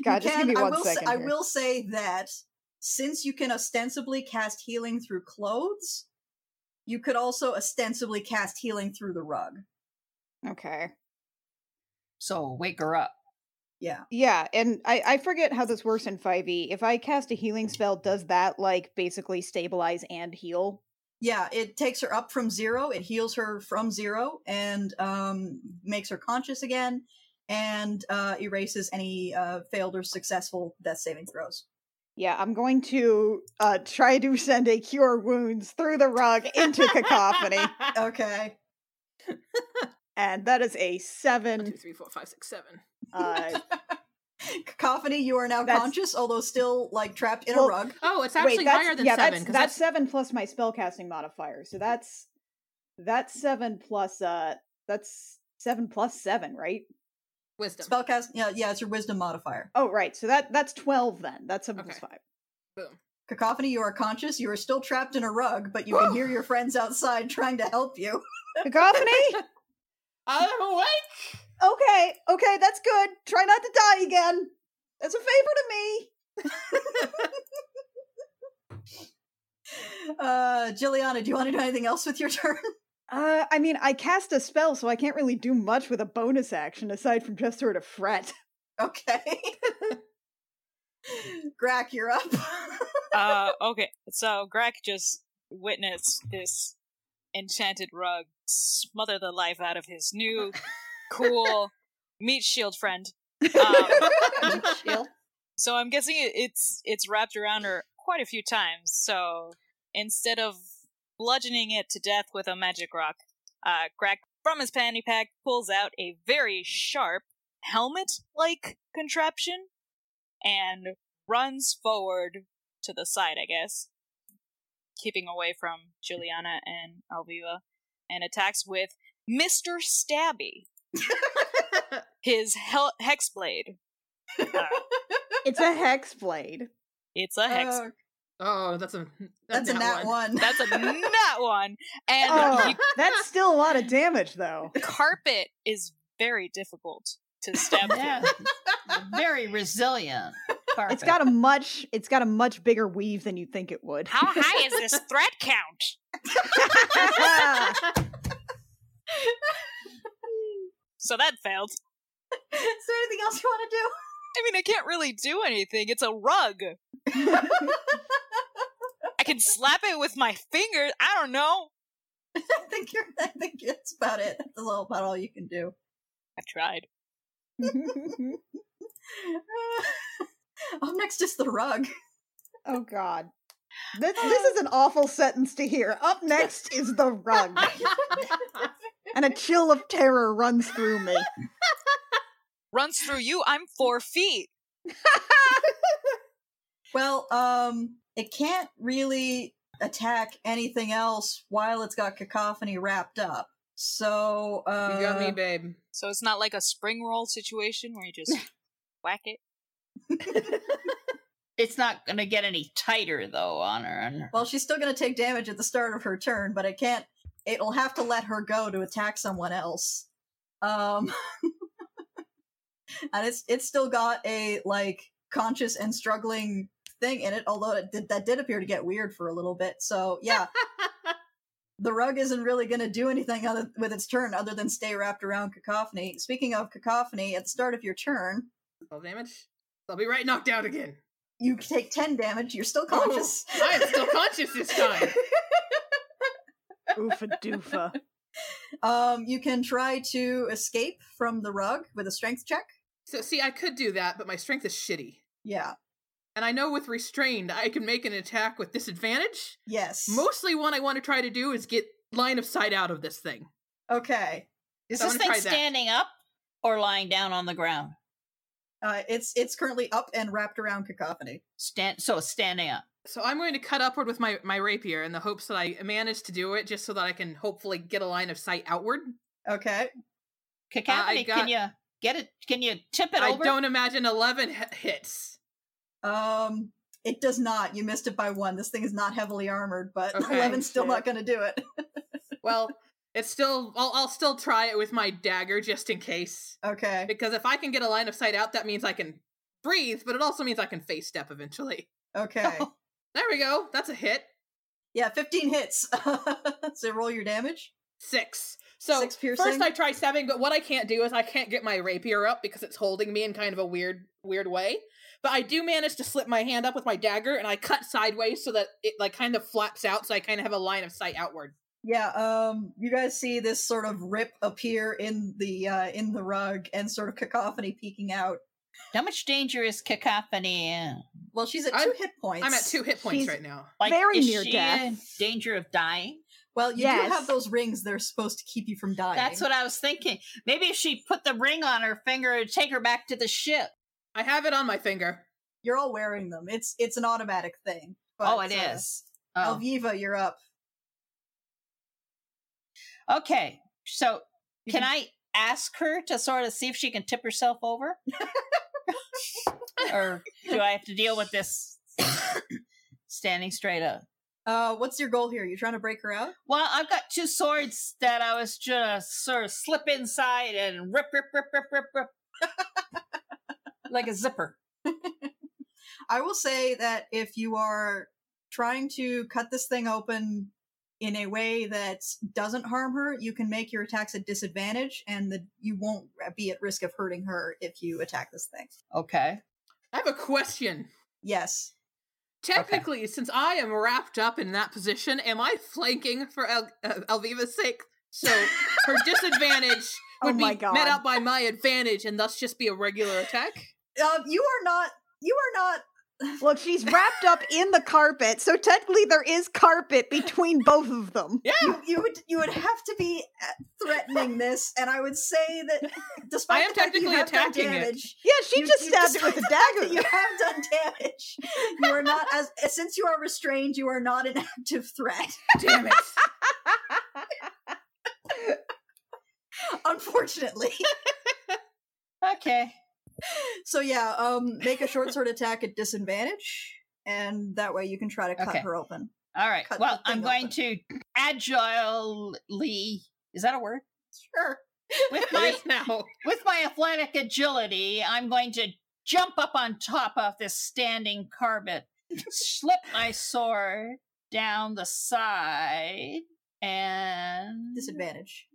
Speaker 3: God,
Speaker 5: You
Speaker 3: just give me
Speaker 5: I
Speaker 3: one
Speaker 5: will say-
Speaker 3: second
Speaker 5: I
Speaker 3: here.
Speaker 5: will say that since you can ostensibly cast healing through clothes, you could also ostensibly cast healing through the rug.
Speaker 3: Okay.
Speaker 1: So wake her up.
Speaker 5: Yeah.
Speaker 3: Yeah, and I I forget how this works in 5e. If I cast a healing spell, does that like basically stabilize and heal?
Speaker 5: Yeah, it takes her up from zero, it heals her from zero, and um, makes her conscious again, and uh, erases any uh, failed or successful death saving throws.
Speaker 3: Yeah, I'm going to uh try to send a cure wounds through the rug into cacophony.
Speaker 5: Um, Okay.
Speaker 3: and that is a
Speaker 2: One,
Speaker 3: 7
Speaker 2: two, three, four, five, six, seven.
Speaker 3: uh
Speaker 5: Cacophony, you are now
Speaker 3: That's-
Speaker 5: conscious, althoh still like trapped in
Speaker 3: Well,
Speaker 5: a rug.
Speaker 2: Oh, it's actually
Speaker 3: wait, that's,
Speaker 2: higher than
Speaker 3: yeah,
Speaker 2: seven.
Speaker 3: That's,
Speaker 2: 'cause
Speaker 3: that's, 7 plus my spellcasting modifier. So that's that's 7 plus uh that's 7 plus 7, right?
Speaker 2: wisdom.
Speaker 5: Spellcast, yeah, yeah, it's your wisdom modifier.
Speaker 3: Oh, right. So that that's 12 then. That's 7 plus
Speaker 2: Okay.
Speaker 3: 5.
Speaker 2: Boom.
Speaker 5: Cacophony, you are conscious. You are still trapped in a rug, but you can hear your friends outside trying to help you.
Speaker 3: Cacophony?
Speaker 2: I'm awake.
Speaker 3: Okay, okay, that's good. Try not to die again. That's a favor to me.
Speaker 5: Uh, Jilliana, do you want to do anything else with your turn?
Speaker 3: Uh, I mean, I cast a spell, so I can't really do much with a bonus action aside from just sort of fret.
Speaker 5: Okay. Grack, you're up.
Speaker 4: Uh, okay, so Greg just witnessed this enchanted rug smother the life out of his new, cool meat shield friend. Um, So I'm guessing it, it's it's wrapped around her quite a few times. So instead of bludgeoning it to death with a magic rock, uh, Greg from his panty pack pulls out a very sharp helmet-like contraption and runs forward to the side, I guess, keeping away from Juliana and Alviva, and attacks with Mister Stabby, his hel- hex blade.
Speaker 3: It's a hex blade.
Speaker 4: It's a hex
Speaker 5: Uh,
Speaker 2: oh, that's a
Speaker 5: that's a
Speaker 2: nat
Speaker 5: nat one.
Speaker 4: That's a nat one. And
Speaker 3: Oh,
Speaker 4: the
Speaker 3: that's still a lot of damage, though.
Speaker 4: carpet is very difficult to stab through.
Speaker 1: Yeah. Very resilient.
Speaker 3: It's got a much, it's got a much bigger weave than you think it would.
Speaker 8: How high is this thread count?
Speaker 4: So that failed.
Speaker 5: Is there anything else you want to do?
Speaker 4: I mean, I can't really do anything. It's a rug. I can slap it with my fingers. I don't know.
Speaker 5: I think you're. I think that's about it. That's all about all you can do.
Speaker 4: I've tried.
Speaker 5: up next is the rug.
Speaker 3: oh God, this this is an awful sentence to hear. Up next is the rug, and a chill of terror runs through me.
Speaker 4: Runs through you. I'm four feet.
Speaker 5: Well, um, it can't really attack anything else while it's got cacophony wrapped up. So uh,
Speaker 2: you got me, babe.
Speaker 4: So it's not like a spring roll situation where you just whack it.
Speaker 5: uh,
Speaker 1: It's not going to get any tighter though on her. On her.
Speaker 5: Well, she's still going to take damage at the start of her turn, but it can't. It'll have to let her go to attack someone else. Um, and it's it's still got a like conscious and struggling thing in it, although it did, that did appear to get weird for a little bit. So yeah, the rug isn't really going to do anything other, with its turn other than stay wrapped around cacophony. Speaking of cacophony, at the start of your turn,
Speaker 2: All damage. I'll be right knocked out again.
Speaker 5: you take ten damage. You're still
Speaker 2: Oh,
Speaker 5: conscious.
Speaker 2: I am still conscious this time.
Speaker 3: Oofa doofa.
Speaker 5: Um, you can try to escape from the rug with a strength check.
Speaker 2: So see, I could do that, but my strength is shitty.
Speaker 5: Yeah.
Speaker 2: And I know with restrained, I can make an attack with disadvantage.
Speaker 5: Yes.
Speaker 2: Mostly, what I want to try to do is get line of sight out of this thing.
Speaker 5: okay.
Speaker 1: Is
Speaker 2: So I'm
Speaker 1: this
Speaker 2: gonna
Speaker 1: thing
Speaker 2: try that.
Speaker 1: standing up or lying down on the ground?
Speaker 5: Uh, it's it's currently up and wrapped around cacophony.
Speaker 1: Stand so it's standing up.
Speaker 2: So I'm going to cut upward with my my rapier in the hopes that I manage to do it, just so that I can hopefully get a line of sight outward.
Speaker 5: Okay.
Speaker 1: Cacophony, can
Speaker 2: got-
Speaker 1: you get it? Can you tip it
Speaker 2: I
Speaker 1: over?
Speaker 2: don't imagine eleven h- hits.
Speaker 5: Um, it does not. You missed it by one. This thing is not heavily armored, but
Speaker 2: Okay.
Speaker 5: eleven's still
Speaker 3: Shit.
Speaker 5: not going to do it.
Speaker 2: Well, it's still I'll, I'll still try it with my dagger just in case.
Speaker 5: Okay.
Speaker 2: Because if I can get a line of sight out, that means I can breathe, but it also means I can face step eventually.
Speaker 5: Okay.
Speaker 2: There we go. That's a hit.
Speaker 5: yeah, fifteen hits. so roll your damage.
Speaker 2: Six. So
Speaker 5: Six
Speaker 2: first
Speaker 5: piercing?
Speaker 2: I try stabbing, but what I can't do is I can't get my rapier up because it's holding me in kind of a weird, weird way. But I do manage to slip my hand up with my dagger and I cut sideways so that it like kind of flaps out, so I kind of have a line of sight outward.
Speaker 5: Yeah, um, you guys see this sort of rip appear in the uh, in the rug and sort of cacophony peeking out.
Speaker 1: How much danger is cacophony in?
Speaker 5: Well, she's at 2
Speaker 2: I'm-
Speaker 5: hit points.
Speaker 2: I'm at two hit points
Speaker 3: She's-
Speaker 2: right now.
Speaker 3: Very
Speaker 1: is
Speaker 3: near
Speaker 1: she
Speaker 3: death.
Speaker 1: in danger of dying?
Speaker 5: Well, you do have
Speaker 3: Yes.
Speaker 5: those rings. They're supposed to keep you from dying.
Speaker 1: That's what I was thinking. Maybe if she put the ring on her finger, it'd take her back to the ship.
Speaker 2: I have it on my finger.
Speaker 5: you're all wearing them. It's it's an automatic thing.
Speaker 1: oh, it
Speaker 5: uh,
Speaker 1: is. Oh.
Speaker 5: Alviva, you're up.
Speaker 1: Okay. So can I ask her to sort of see if she can tip herself over? or do I have to deal with this standing straight up?
Speaker 5: Uh, what's your goal here? You trying to break her out?
Speaker 1: Well, I've got two swords that I was just sort of slip inside and rip, rip, rip, rip, rip, rip. like a zipper.
Speaker 5: I will say that if you are trying to cut this thing open in a way that doesn't harm her, you can make your attacks at disadvantage, and the, you won't be at risk of hurting her if you attack this thing.
Speaker 1: Okay.
Speaker 2: I have a question.
Speaker 5: Yes.
Speaker 2: Technically, since I am wrapped up in that position, am I flanking for El- uh, Elviva's sake? So her disadvantage
Speaker 3: Oh
Speaker 2: would
Speaker 3: my
Speaker 2: be
Speaker 3: God.
Speaker 2: met out by my advantage and thus just be a regular attack?
Speaker 5: Um, you are not. You are not.
Speaker 3: Look, she's wrapped up in the carpet, so technically there is carpet between both of them.
Speaker 5: You, you would. You would have to be uh, threatening this, and I would say that despite
Speaker 2: I am
Speaker 5: the fact that you
Speaker 2: technically
Speaker 5: have done
Speaker 2: attacking it.
Speaker 5: damage,
Speaker 3: Yeah, she
Speaker 5: You-
Speaker 3: just
Speaker 5: you
Speaker 3: stabbed it
Speaker 5: despite
Speaker 3: with a
Speaker 5: the fact that
Speaker 3: dagger.
Speaker 5: You have done damage. You are not as since you are restrained. You are not an active threat.
Speaker 2: Damn it.
Speaker 5: Unfortunately.
Speaker 1: Okay.
Speaker 5: So yeah, um, make a short sword attack at disadvantage, and that way you can try to cut
Speaker 1: Okay.
Speaker 5: her open.
Speaker 1: All right.
Speaker 5: Cut
Speaker 1: well,
Speaker 5: the
Speaker 1: I'm
Speaker 5: thing
Speaker 1: going
Speaker 5: open.
Speaker 1: to agilely. Is that a word?
Speaker 5: Sure.
Speaker 1: With
Speaker 2: It
Speaker 1: my
Speaker 2: is now.
Speaker 1: with my athletic agility, I'm going to jump up on top of this standing carpet, slip my sword down the side, and
Speaker 5: Disadvantage,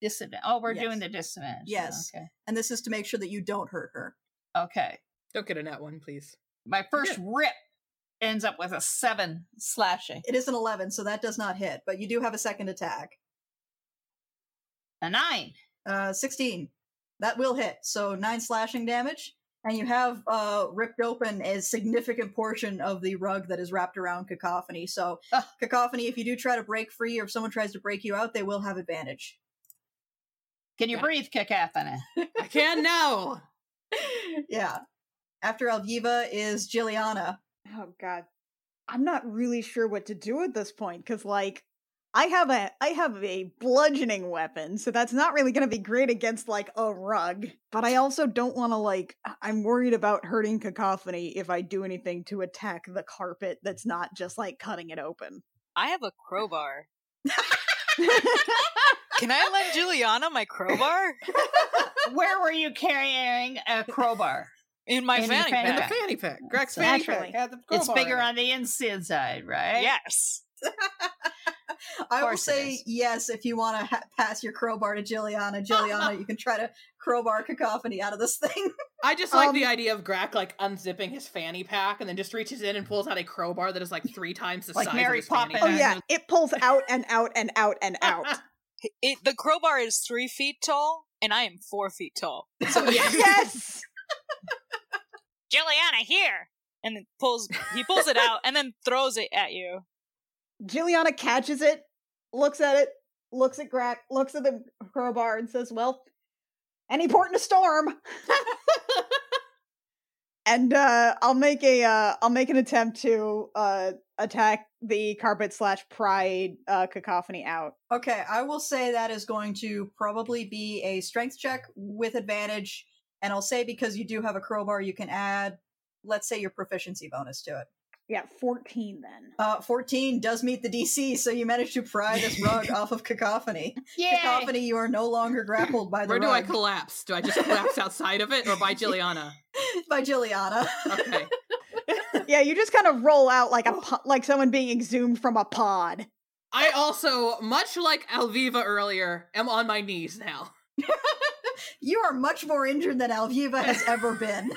Speaker 1: disadvantage. Oh, we're
Speaker 5: Yes.
Speaker 1: doing the disadvantage.
Speaker 5: Yes.
Speaker 1: Okay.
Speaker 5: and this is to make sure that you don't hurt her.
Speaker 1: Okay.
Speaker 2: Don't get a net one, please.
Speaker 1: My first rip ends up with a seven slashing,
Speaker 5: It is an eleven, so that does not hit, but you do have a second attack.
Speaker 1: a nine.
Speaker 5: Uh, Sixteen, that will hit. So nine slashing damage, and you have uh, ripped open a significant portion of the rug that is wrapped around cacophony. So
Speaker 1: Ah.
Speaker 5: cacophony, if you do try to break free, or if someone tries to break you out, they will have advantage.
Speaker 1: Can you
Speaker 2: Yeah.
Speaker 1: breathe, Cacophony?
Speaker 2: I can now.
Speaker 5: yeah. After Alviva is Giuliana.
Speaker 3: Oh god. I'm not really sure what to do at this point cuz like I have a I have a bludgeoning weapon, so that's not really going to be great against like a rug. But I also don't want to like I- I'm worried about hurting cacophony if I do anything to attack the carpet that's not just like cutting it open.
Speaker 7: I have a crowbar. Can I lend Juliana my crowbar?
Speaker 1: Where were you carrying a crowbar?
Speaker 7: In my
Speaker 1: In your
Speaker 7: fanny
Speaker 1: fanny
Speaker 2: And the
Speaker 7: pack.
Speaker 1: pack.
Speaker 2: fanny pack. Greg's
Speaker 1: So-
Speaker 2: fanny
Speaker 3: Naturally.
Speaker 2: pack. had the
Speaker 1: it's
Speaker 2: crowbar
Speaker 1: bigger
Speaker 2: in it.
Speaker 1: on the inside side, right?
Speaker 7: Yes.
Speaker 5: I will
Speaker 1: course it
Speaker 5: say
Speaker 1: is.
Speaker 5: yes if you want to ha- pass your crowbar to Giuliana. Giuliana, you can try to crowbar cacophony out of this thing.
Speaker 2: I just like the
Speaker 3: Um,
Speaker 2: idea of Greg like unzipping his fanny pack and then just reaches in and pulls out a crowbar that is like three times the
Speaker 1: Like
Speaker 2: size
Speaker 1: Mary
Speaker 2: of his fanny
Speaker 1: Poppins.
Speaker 2: pack.
Speaker 3: oh yeah, it pulls out and out and out and out.
Speaker 7: It, the crowbar is three feet tall, and I am four feet tall.
Speaker 3: yes.
Speaker 9: Juliana here.
Speaker 4: and then pulls he pulls it out and then throws it at you.
Speaker 3: Juliana catches it, looks at it, looks at Grack, looks at the crowbar, and says, "Well, any port in a storm." and uh, I'll make a uh, I'll make an attempt to uh, attack the carpet slash pride uh, cacophony out.
Speaker 5: Okay, I will say that is going to probably be a strength check with advantage, and I'll say because you do have a crowbar, you can add, let's say, your proficiency bonus to it.
Speaker 3: Yeah, fourteen then.
Speaker 5: Uh, 14 does meet the DC, so you manage to pry this rug off of Cacophony.
Speaker 1: Yeah.
Speaker 5: Cacophony, you are no longer grappled by the
Speaker 2: Where do I
Speaker 5: rug
Speaker 2: collapse? Do I just collapse outside of it or by Juliana?
Speaker 5: by Juliana.
Speaker 2: Okay.
Speaker 3: yeah, you just kind of roll out
Speaker 2: Oh.
Speaker 3: like a po- like someone being exhumed from a pod.
Speaker 2: I also, much like Alviva earlier, am on my knees now.
Speaker 5: you are much more injured than Alviva has ever been.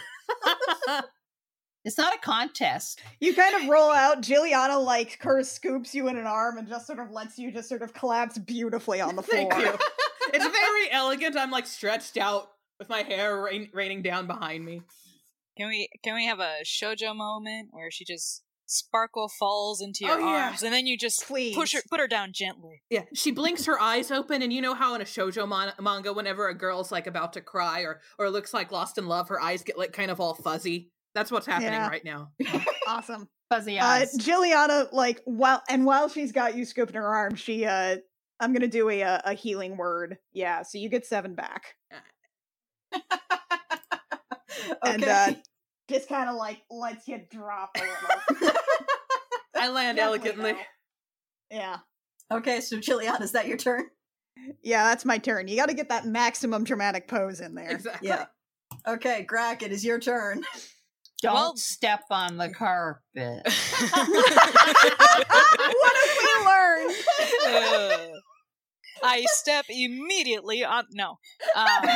Speaker 1: It's not a contest.
Speaker 3: You kind of roll out. Giuliana like her scoops you in an arm and just sort of lets you just sort of collapse beautifully on the floor.
Speaker 2: Thank you. It's very elegant. I'm like stretched out with my hair rain- raining down behind me.
Speaker 4: Can we can we have a shojo moment where she just sparkle falls into your
Speaker 2: Oh, yeah.
Speaker 4: arms and then you just
Speaker 3: Please.
Speaker 4: push her put her down gently.
Speaker 2: Yeah, she blinks her eyes open, and you know how in a shoujo mon- manga, whenever a girl's like about to cry or or looks like lost in love, her eyes get like kind of all fuzzy. That's what's happening
Speaker 3: Yeah.
Speaker 2: right now.
Speaker 3: Awesome.
Speaker 1: Fuzzy
Speaker 3: Uh,
Speaker 1: eyes.
Speaker 3: Giuliana like while and while she's got you scooped in her arm, she uh I'm gonna do a uh, a healing word. Yeah, so you get seven back.
Speaker 5: okay.
Speaker 3: And uh just kind of like lets you drop a little.
Speaker 2: I land
Speaker 3: Gently,
Speaker 2: elegantly.
Speaker 3: though. yeah.
Speaker 5: okay, so Juliana, is that your turn?
Speaker 3: Yeah, that's my turn. You got to get that maximum dramatic pose in there.
Speaker 2: Exactly.
Speaker 5: Yeah. Okay, Grack, it is your turn.
Speaker 1: Don't
Speaker 4: well-
Speaker 1: step on the carpet.
Speaker 3: what have we learned?
Speaker 4: Ugh. I step immediately on no. Um,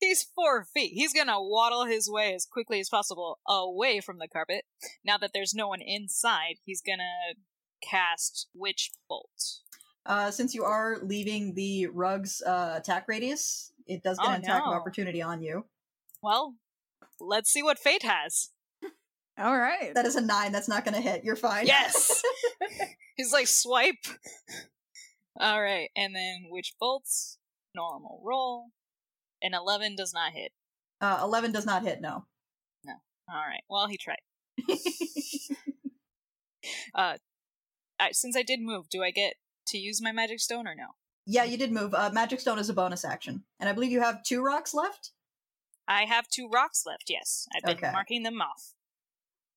Speaker 4: he's four feet. He's gonna waddle his way as quickly as possible away from the carpet. Now that there's no one inside, he's gonna cast Witch Bolt.
Speaker 5: Uh, since you are leaving the rug's uh, attack radius, it does get
Speaker 4: Oh,
Speaker 5: an attack
Speaker 4: no.
Speaker 5: of opportunity on you.
Speaker 4: Well, let's see what fate has.
Speaker 10: All right.
Speaker 5: That is a nine. That's not going to hit. You're fine.
Speaker 4: Yes. He's like swipe. All right, and then which bolts? Normal roll. An eleven does not hit.
Speaker 5: Uh, Eleven does not hit. No.
Speaker 4: All right. Well, he tried. uh, I, since I did move, do I get to use my magic stone or no?
Speaker 5: yeah, you did move. Uh, Magic Stone is a bonus action, and I believe you have two rocks left.
Speaker 4: I have two rocks left. Yes, I've been
Speaker 5: Okay.
Speaker 4: marking them off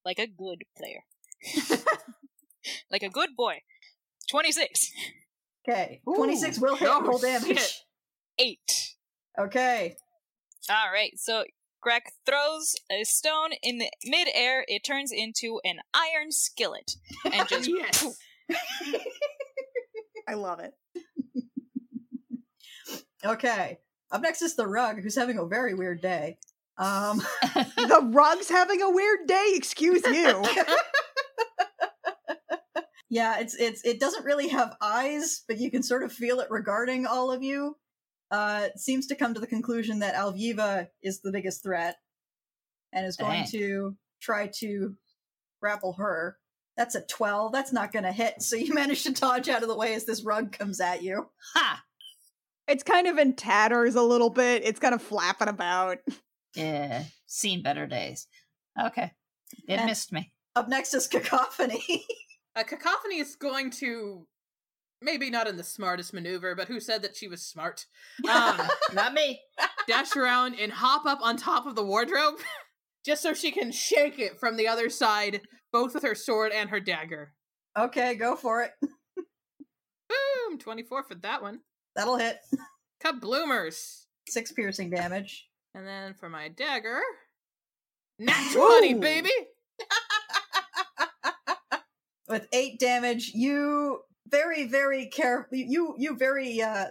Speaker 4: like a good player, like a good boy. Twenty six.
Speaker 5: Okay,
Speaker 2: Ooh.
Speaker 5: twenty six will hit.
Speaker 2: Oh,
Speaker 5: roll damage.
Speaker 2: shit.
Speaker 4: Eight.
Speaker 5: Okay.
Speaker 4: All right, so Greg throws a stone in the midair. It turns into an iron skillet and just
Speaker 2: yes.
Speaker 3: I love it.
Speaker 5: Okay. Up next is the rug, who's having a very weird day. Um,
Speaker 3: The rug's having a weird day. Excuse you.
Speaker 5: yeah, it's it's it doesn't really have eyes, but you can sort of feel it regarding all of you. Uh, it seems to come to the conclusion that Alviva is the biggest threat, and is going
Speaker 1: Dang.
Speaker 5: to try to grapple her. That's a twelve. That's not going to hit. So you manage to dodge out of the way as this rug comes at you.
Speaker 1: ha!
Speaker 3: It's kind of in tatters a little bit. It's kind of flapping about.
Speaker 1: Yeah. Seen better days. Okay. It
Speaker 5: And-
Speaker 1: missed me.
Speaker 5: Up next is cacophony.
Speaker 2: Uh, Cacophony is going to, maybe not in the smartest maneuver, but who said that she was smart? Um,
Speaker 1: Not me.
Speaker 2: dash around and hop up on top of the wardrobe just so she can shake it from the other side, both with her sword and her dagger.
Speaker 5: okay, go for it.
Speaker 2: Boom! 24 for that one.
Speaker 5: That'll hit
Speaker 2: Cup bloomers.
Speaker 5: six piercing damage.
Speaker 2: And then for my dagger, nat 20,
Speaker 3: Ooh.
Speaker 2: baby!
Speaker 5: with eight damage you very very care you you very uh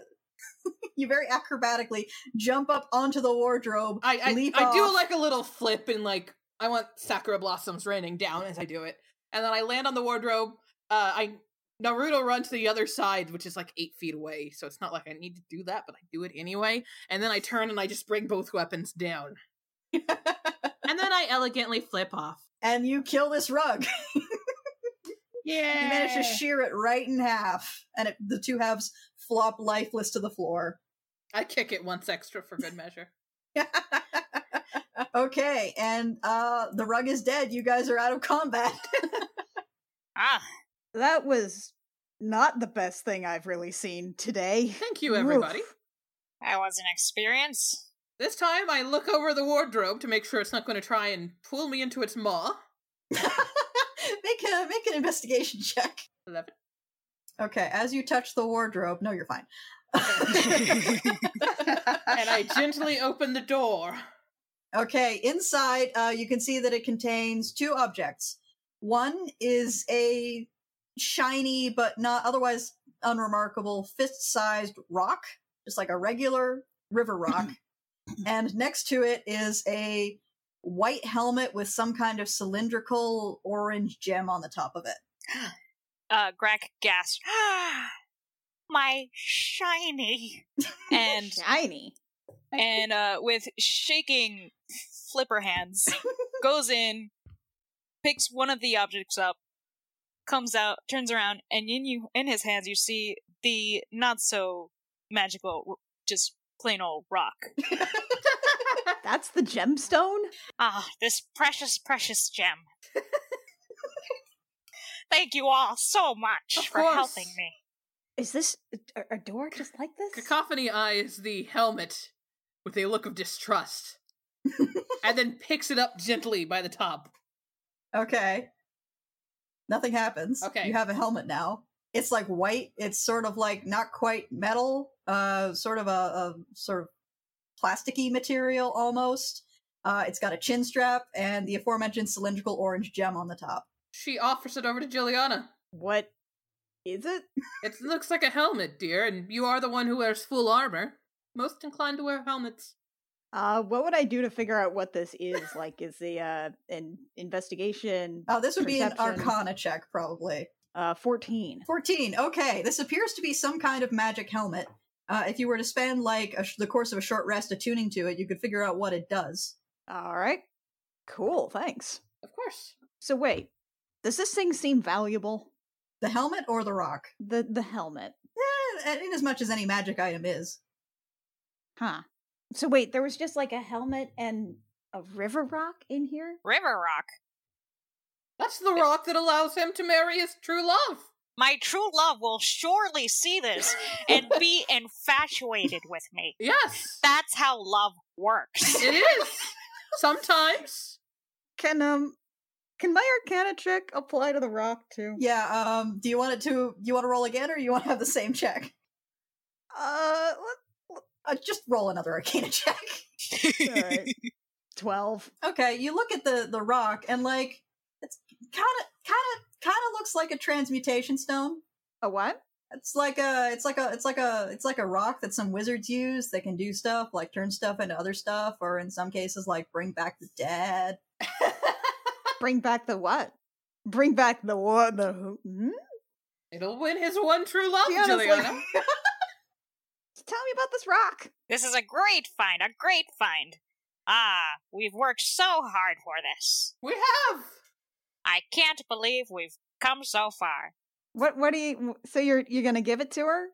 Speaker 5: you very acrobatically jump up onto the wardrobe
Speaker 2: I,
Speaker 5: leap
Speaker 2: I, I do
Speaker 5: off.
Speaker 2: like a little flip and like, I want sakura blossoms raining down as I do it. And then I land on the wardrobe. Uh, I Naruto run to the other side, which is like eight feet away. So it's not like I need to do that, but I do it anyway. And then I turn and I just bring both weapons down. and then I elegantly flip off.
Speaker 5: and you kill this rug.
Speaker 1: Yeah.
Speaker 5: You manage to shear it right in half, and it, the two halves flop lifeless to the floor.
Speaker 2: I kick it once extra for good measure.
Speaker 5: okay, and uh, the rug is dead. You guys are out of combat.
Speaker 4: Ah,
Speaker 3: That was not the best thing I've really seen today.
Speaker 2: Thank you, everybody.
Speaker 3: Oof.
Speaker 4: that was an experience.
Speaker 2: This time I look over the wardrobe to make sure it's not going to try and pull me into its maw.
Speaker 5: make a make an investigation check.
Speaker 2: Eleven.
Speaker 5: Okay, as you touch the wardrobe, no, you're fine.
Speaker 2: And I gently open the door.
Speaker 5: Okay, inside uh, you can see that it contains two objects. One is a shiny but not otherwise unremarkable fist sized rock, just like a regular river rock. and next to it is a white helmet with some kind of cylindrical orange gem on the top of it.
Speaker 4: Uh, Greg gasped. My shiny.
Speaker 7: and
Speaker 3: Shiny.
Speaker 7: and uh, with shaking flipper hands, goes in, picks one of the objects up, comes out, turns around, and in you in his hands you see the not so magical, r- just plain old rock.
Speaker 3: That's the gemstone?
Speaker 4: Ah, this precious, precious gem. Thank you all so much
Speaker 2: Of
Speaker 4: for helping
Speaker 2: course.
Speaker 4: me.
Speaker 3: Is this a, a door just like this?
Speaker 2: Cacophony eyes the helmet with a look of distrust, and then picks it up gently by the top.
Speaker 5: Okay. Nothing happens.
Speaker 2: Okay.
Speaker 5: You have a helmet now. It's like white. It's sort of like not quite metal, uh, sort of a, a sort of plasticky material almost. Uh, it's got a chin strap and the aforementioned cylindrical orange gem on the top.
Speaker 2: She offers it over to Juliana.
Speaker 3: What is it?
Speaker 2: It looks like a helmet, dear, and you are the one who wears full armor. Most inclined to wear helmets.
Speaker 3: Uh, what would I do to figure out what this is? Like, is the uh an investigation?
Speaker 5: Oh, this would be an
Speaker 3: Perception.
Speaker 5: Arcana check, probably.
Speaker 3: Uh, fourteen.
Speaker 5: 14. Okay. This appears to be some kind of magic helmet. Uh, if you were to spend like a sh- the course of a short rest attuning to it, you could figure out what it does.
Speaker 3: All right. Cool. Thanks.
Speaker 2: Of course.
Speaker 3: So wait, does this thing seem valuable?
Speaker 5: The helmet or the rock?
Speaker 3: The the helmet,
Speaker 5: Eh, in as much as any magic item is.
Speaker 3: huh? So wait, there was just like a helmet and a river rock in here.
Speaker 4: River Rock,
Speaker 2: That's the rock that allows him to marry his true love.
Speaker 4: my true love will surely see this and be infatuated with me.
Speaker 2: Yes,
Speaker 4: That's how love works.
Speaker 2: it is. Sometimes.
Speaker 3: Can um, can my Arcana check apply to the rock too?
Speaker 5: Yeah. Um. Do you want it to? You want to roll again, or you want to have the same check?
Speaker 3: Uh, what-
Speaker 5: Uh, just roll another Arcana check.
Speaker 3: all right. twelve.
Speaker 5: Okay. You look at the the rock, and like it's kind of, kind of, kind of looks like a transmutation stone.
Speaker 3: A what?
Speaker 5: It's like a, it's like a, it's like a, it's like a rock that some wizards use that can do stuff like turn stuff into other stuff, or in some cases like bring back the dead.
Speaker 3: Bring back the what? Bring back the what? The who? Hmm?
Speaker 2: It'll win his one true love,
Speaker 5: Gianna's like-
Speaker 2: Juliana.
Speaker 3: Tell me about this rock.
Speaker 4: This is a great find, a great find. Ah, we've worked so hard for this.
Speaker 2: We have.
Speaker 4: I can't believe we've come so far.
Speaker 3: What? What do you? So you're you're gonna give it to her?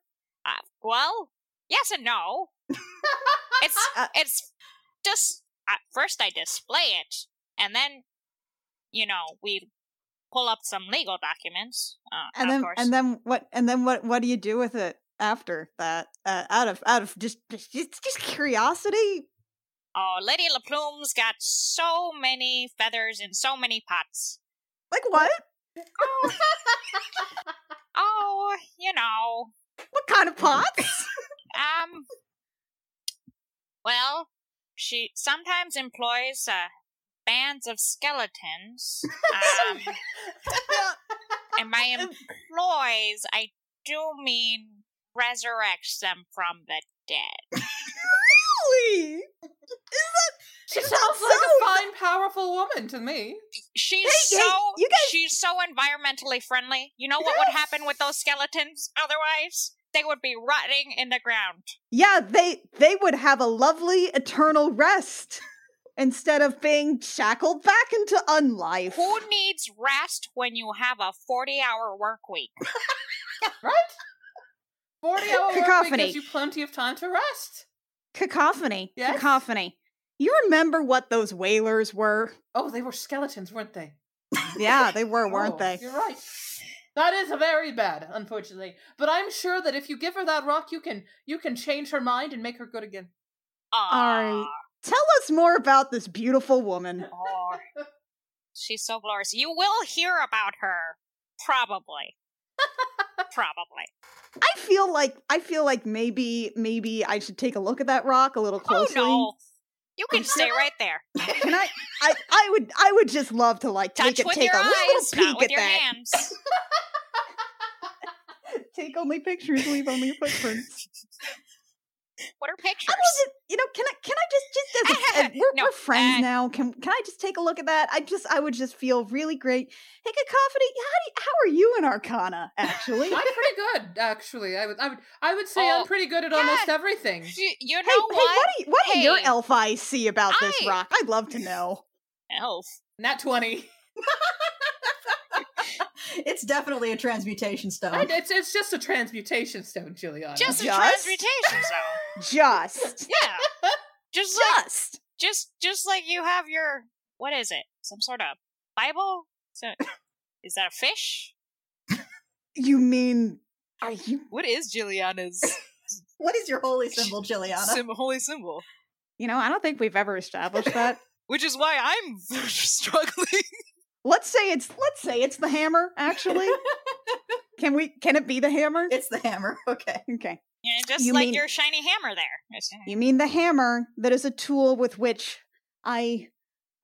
Speaker 4: Uh, well, yes and no. it's
Speaker 3: Uh,
Speaker 4: it's just uh, first I display it, and then you know we pull up some legal documents. Uh,
Speaker 3: and
Speaker 4: of
Speaker 3: then
Speaker 4: course.
Speaker 3: and then what? And then what? What do you do with it after that? Uh, out of out of just just just, just curiosity.
Speaker 4: oh, Lady Laplume's got so many feathers in so many pots.
Speaker 3: Like what?
Speaker 4: Oh, oh, you know,
Speaker 3: What kind of pots?
Speaker 4: Um. Well, she sometimes employs uh, bands of skeletons. Um, and by employs, I do mean resurrects them from the dead.
Speaker 3: really? Is that
Speaker 2: She
Speaker 3: Does
Speaker 2: sounds
Speaker 3: that
Speaker 2: like a fine, powerful woman to me.
Speaker 4: She's
Speaker 3: Hey, hey,
Speaker 4: so
Speaker 3: you guys-
Speaker 4: she's so environmentally friendly. You know what would happen with those skeletons otherwise? They would be rotting in the ground.
Speaker 3: yeah? They they would have a lovely eternal rest instead of being shackled back into unlife.
Speaker 4: Who needs rest when you have a 40 hour work week?
Speaker 2: Right? 40 hour work week
Speaker 3: Cacophony.
Speaker 2: gives you plenty of time to rest.
Speaker 3: Cacophony.
Speaker 2: Yes?
Speaker 3: Cacophony. You remember what those whalers were?
Speaker 2: Oh, they were skeletons, weren't they?
Speaker 3: Yeah, they were, weren't
Speaker 2: Oh,
Speaker 3: they?
Speaker 2: You're right. That is very bad, unfortunately. But I'm sure that if you give her that rock, you can you can change her mind and make her good again.
Speaker 4: Aw,
Speaker 3: Alright. Tell us more about this beautiful woman.
Speaker 4: aw. She's so glorious. You will hear about her. Probably. Probably.
Speaker 3: I feel like I feel like maybe maybe I should take a look at that rock a little closely.
Speaker 4: Oh no. You can stay right there.
Speaker 3: Can I, I? I would I would just love to like
Speaker 4: Touch
Speaker 3: take a
Speaker 4: with
Speaker 3: take
Speaker 4: your
Speaker 3: a little
Speaker 4: eyes, not
Speaker 3: peek
Speaker 4: with
Speaker 3: at
Speaker 4: your
Speaker 3: that.
Speaker 4: hands.
Speaker 3: Take only pictures, leave only footprints.
Speaker 4: What are
Speaker 3: I
Speaker 4: pictures?
Speaker 3: wasn't, you know, can I can I just just as a, as- we're,
Speaker 4: No,
Speaker 3: we're friends
Speaker 4: uh,
Speaker 3: now? Can can I just take a look at that? I just I would just feel really great. Hey, Cacophony, how do you, how are you in Arcana? Actually,
Speaker 2: I'm pretty good, actually. I would I would I would say
Speaker 4: Oh,
Speaker 2: I'm pretty good at
Speaker 4: yeah.
Speaker 2: almost everything.
Speaker 4: You, you know
Speaker 3: hey, hey, what do you, what do your
Speaker 4: Hey,
Speaker 3: elf eyes see about this
Speaker 4: I-
Speaker 3: rock? I'd love to know.
Speaker 4: Elf.
Speaker 2: Nat twenty.
Speaker 5: It's definitely a transmutation stone.
Speaker 2: And It's it's just a transmutation stone, Juliana.
Speaker 4: Just a
Speaker 3: Uh, Just?
Speaker 4: transmutation zone.
Speaker 3: Just,
Speaker 4: Yeah. Just like
Speaker 3: just.
Speaker 4: just just like you have your what is it? Some sort of Bible? So, is that a fish?
Speaker 3: You mean are you?
Speaker 7: What is Juliana's
Speaker 5: what is your holy symbol, Juliana?
Speaker 7: sim- holy symbol?
Speaker 3: You know, I don't think we've ever established that.
Speaker 7: Which is why I'm struggling.
Speaker 3: let's say it's let's say it's the hammer. Actually, can we? Can it be the hammer?
Speaker 5: it's the hammer. Okay.
Speaker 3: okay.
Speaker 4: Yeah, just
Speaker 3: You
Speaker 4: like
Speaker 3: mean-
Speaker 4: your shiny hammer there. It's-
Speaker 3: You mean the hammer that is a tool with which I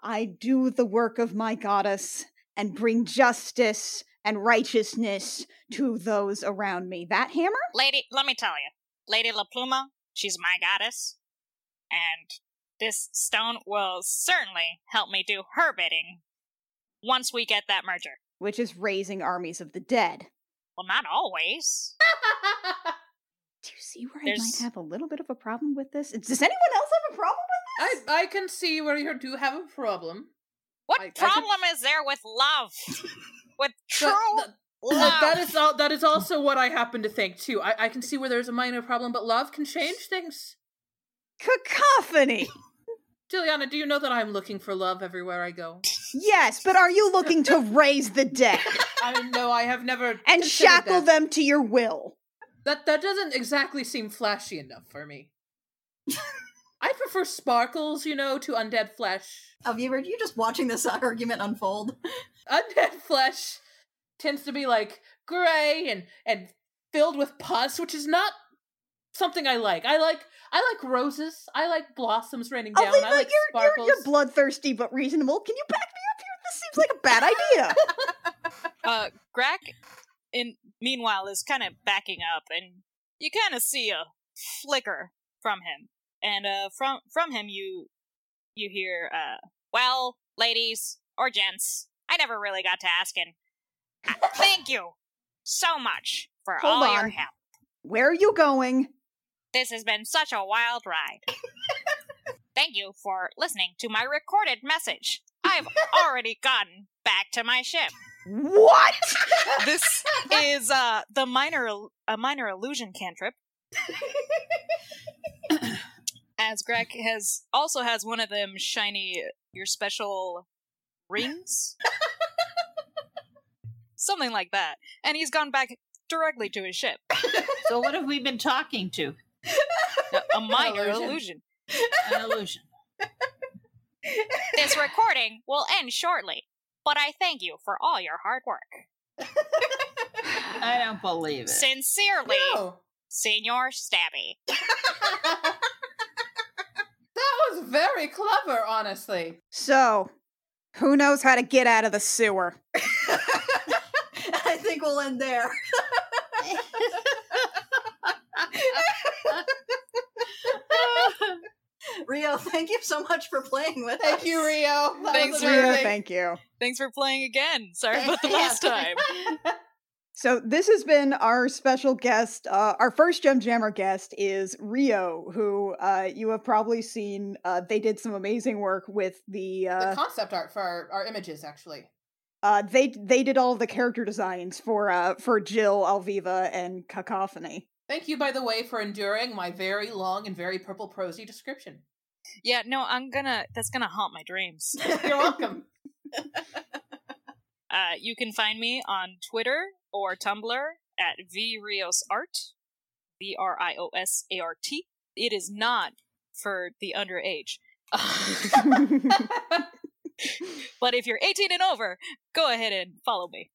Speaker 3: I do the work of my goddess and bring justice and righteousness to those around me. That hammer?
Speaker 4: Lady, let me tell you, Lady La Pluma, she's my goddess, and this stone will certainly help me do her bidding once we get that merger.
Speaker 3: Which is raising armies of the dead.
Speaker 4: Well, not always.
Speaker 3: Do you see where I
Speaker 4: There's-
Speaker 3: might have a little bit of a problem with this? Does anyone else have a problem
Speaker 2: I I can see where you do have a problem.
Speaker 4: What
Speaker 2: I- I could-
Speaker 4: problem is there with love? with true
Speaker 2: But th-
Speaker 4: love?
Speaker 2: that is all that is also what I happen to think too. I, I can see where there's a minor problem, but love can change things.
Speaker 3: with cacophony?
Speaker 2: Juliana, do you know that I'm looking for love everywhere I go?
Speaker 3: yes, but are you looking to raise the dead
Speaker 2: I know I have never
Speaker 3: and
Speaker 2: considered
Speaker 3: shackle
Speaker 2: that.
Speaker 3: them to your will?
Speaker 2: That that doesn't exactly seem flashy enough for me. I prefer sparkles, you know, to undead flesh.
Speaker 5: Have you were you just watching this argument unfold?
Speaker 2: Undead flesh tends to be like gray and and filled with pus, which is not something I like. I like I like roses. I like blossoms raining down.
Speaker 3: Alina,
Speaker 2: I like
Speaker 3: Oh, you're, you're,
Speaker 2: sparkles.
Speaker 3: you're bloodthirsty but reasonable. Can you back me up here? This seems like a bad idea.
Speaker 7: Uh, Grack, in meanwhile, is kind of backing up, and you kind of see a flicker from him, and uh, from from him you you hear uh,
Speaker 4: well, ladies or gents, I never really got to asking. I- Thank you so much for
Speaker 3: Hold
Speaker 4: all your
Speaker 3: on.
Speaker 4: help.
Speaker 3: Where are you going?
Speaker 4: This has been such a wild ride. Thank you for listening to my recorded message. I've already gotten back to my ship.
Speaker 3: What?
Speaker 7: this is uh the minor ill- a minor illusion cantrip. As Greg has also has one of them shiny your special rings, something like that, and he's gone back directly to his ship.
Speaker 1: So what have we been talking to?
Speaker 7: A- A minor illusion.
Speaker 2: illusion.
Speaker 1: An illusion.
Speaker 4: This recording will end shortly, but I thank you for all your hard work.
Speaker 1: I don't believe it.
Speaker 4: Sincerely,
Speaker 2: No,
Speaker 4: Senor Stabby.
Speaker 2: that was very clever, honestly.
Speaker 3: So, who knows how to get out of the sewer?
Speaker 5: I think we'll end there. Rio, thank you so much for playing with us.
Speaker 2: Thank you, Rio. That
Speaker 7: Thanks,
Speaker 2: was
Speaker 7: Rio.
Speaker 2: amazing.
Speaker 3: Thank you.
Speaker 7: Thanks for playing again. Sorry about the last time.
Speaker 3: So this has been our special guest. Uh, our first Gem Jammer guest is Rio, who uh, you have probably seen. Uh, they did some amazing work with the.
Speaker 2: the
Speaker 3: Uh,
Speaker 2: concept art for our, our images, actually.
Speaker 3: uh, they they did all the character designs for uh, for Jill, Alviva, and Cacophony.
Speaker 2: Thank you, by the way, for enduring my very long and very purple prosy description.
Speaker 4: Yeah, no, I'm gonna. That's gonna haunt my dreams.
Speaker 2: You're welcome.
Speaker 4: Uh, you can find me on Twitter or Tumblr at vriosart, v r i o s a r t. It is not for the underage, but if you're 18 and over, go ahead and follow me.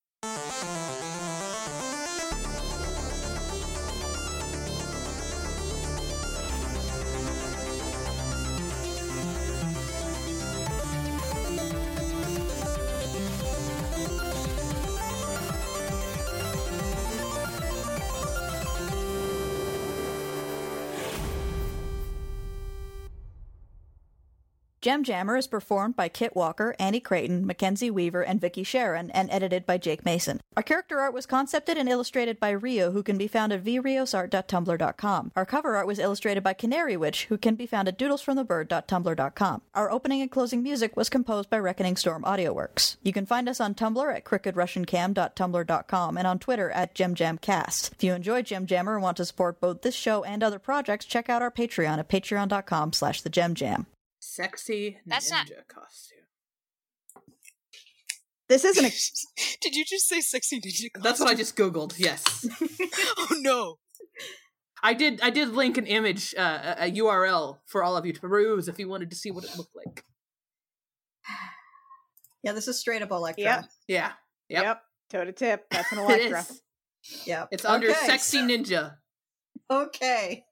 Speaker 5: Gem Jammer is performed by Kit Walker, Annie Creighton, Mackenzie Weaver, and Vicky Sharon, and edited by Jake Mason. Our character art was concepted and illustrated by Rio, who can be found at vriosart.tumblr.com. Our cover art was illustrated by Canary Witch, who can be found at doodlesfromthebird.tumblr.com. Our opening and closing music was composed by Reckoning Storm AudioWorks. You can find us on Tumblr at crookedrussiancam.tumblr.com and on Twitter at gemjamcast. If you enjoy Gem Jammer and want to support both this show and other projects, check out our Patreon at patreon.com slash the Gem Jam.
Speaker 2: Sexy ninja
Speaker 11: That's not-
Speaker 2: costume.
Speaker 3: This isn't a
Speaker 4: Did you just say sexy ninja?
Speaker 2: That's what I just googled. Yes,
Speaker 4: oh no.
Speaker 2: I did. I did link an image, uh, a, a URL for all of you to peruse if you wanted to see what it looked like.
Speaker 12: Yeah, this is straight up Electra.
Speaker 3: Yep.
Speaker 2: Yeah,
Speaker 3: yep.
Speaker 2: Yep.
Speaker 3: Toe to tip. That's an
Speaker 2: it
Speaker 3: Electra.
Speaker 2: is.
Speaker 12: Yep.
Speaker 2: It's under
Speaker 12: Okay.
Speaker 2: sexy ninja.
Speaker 12: Okay.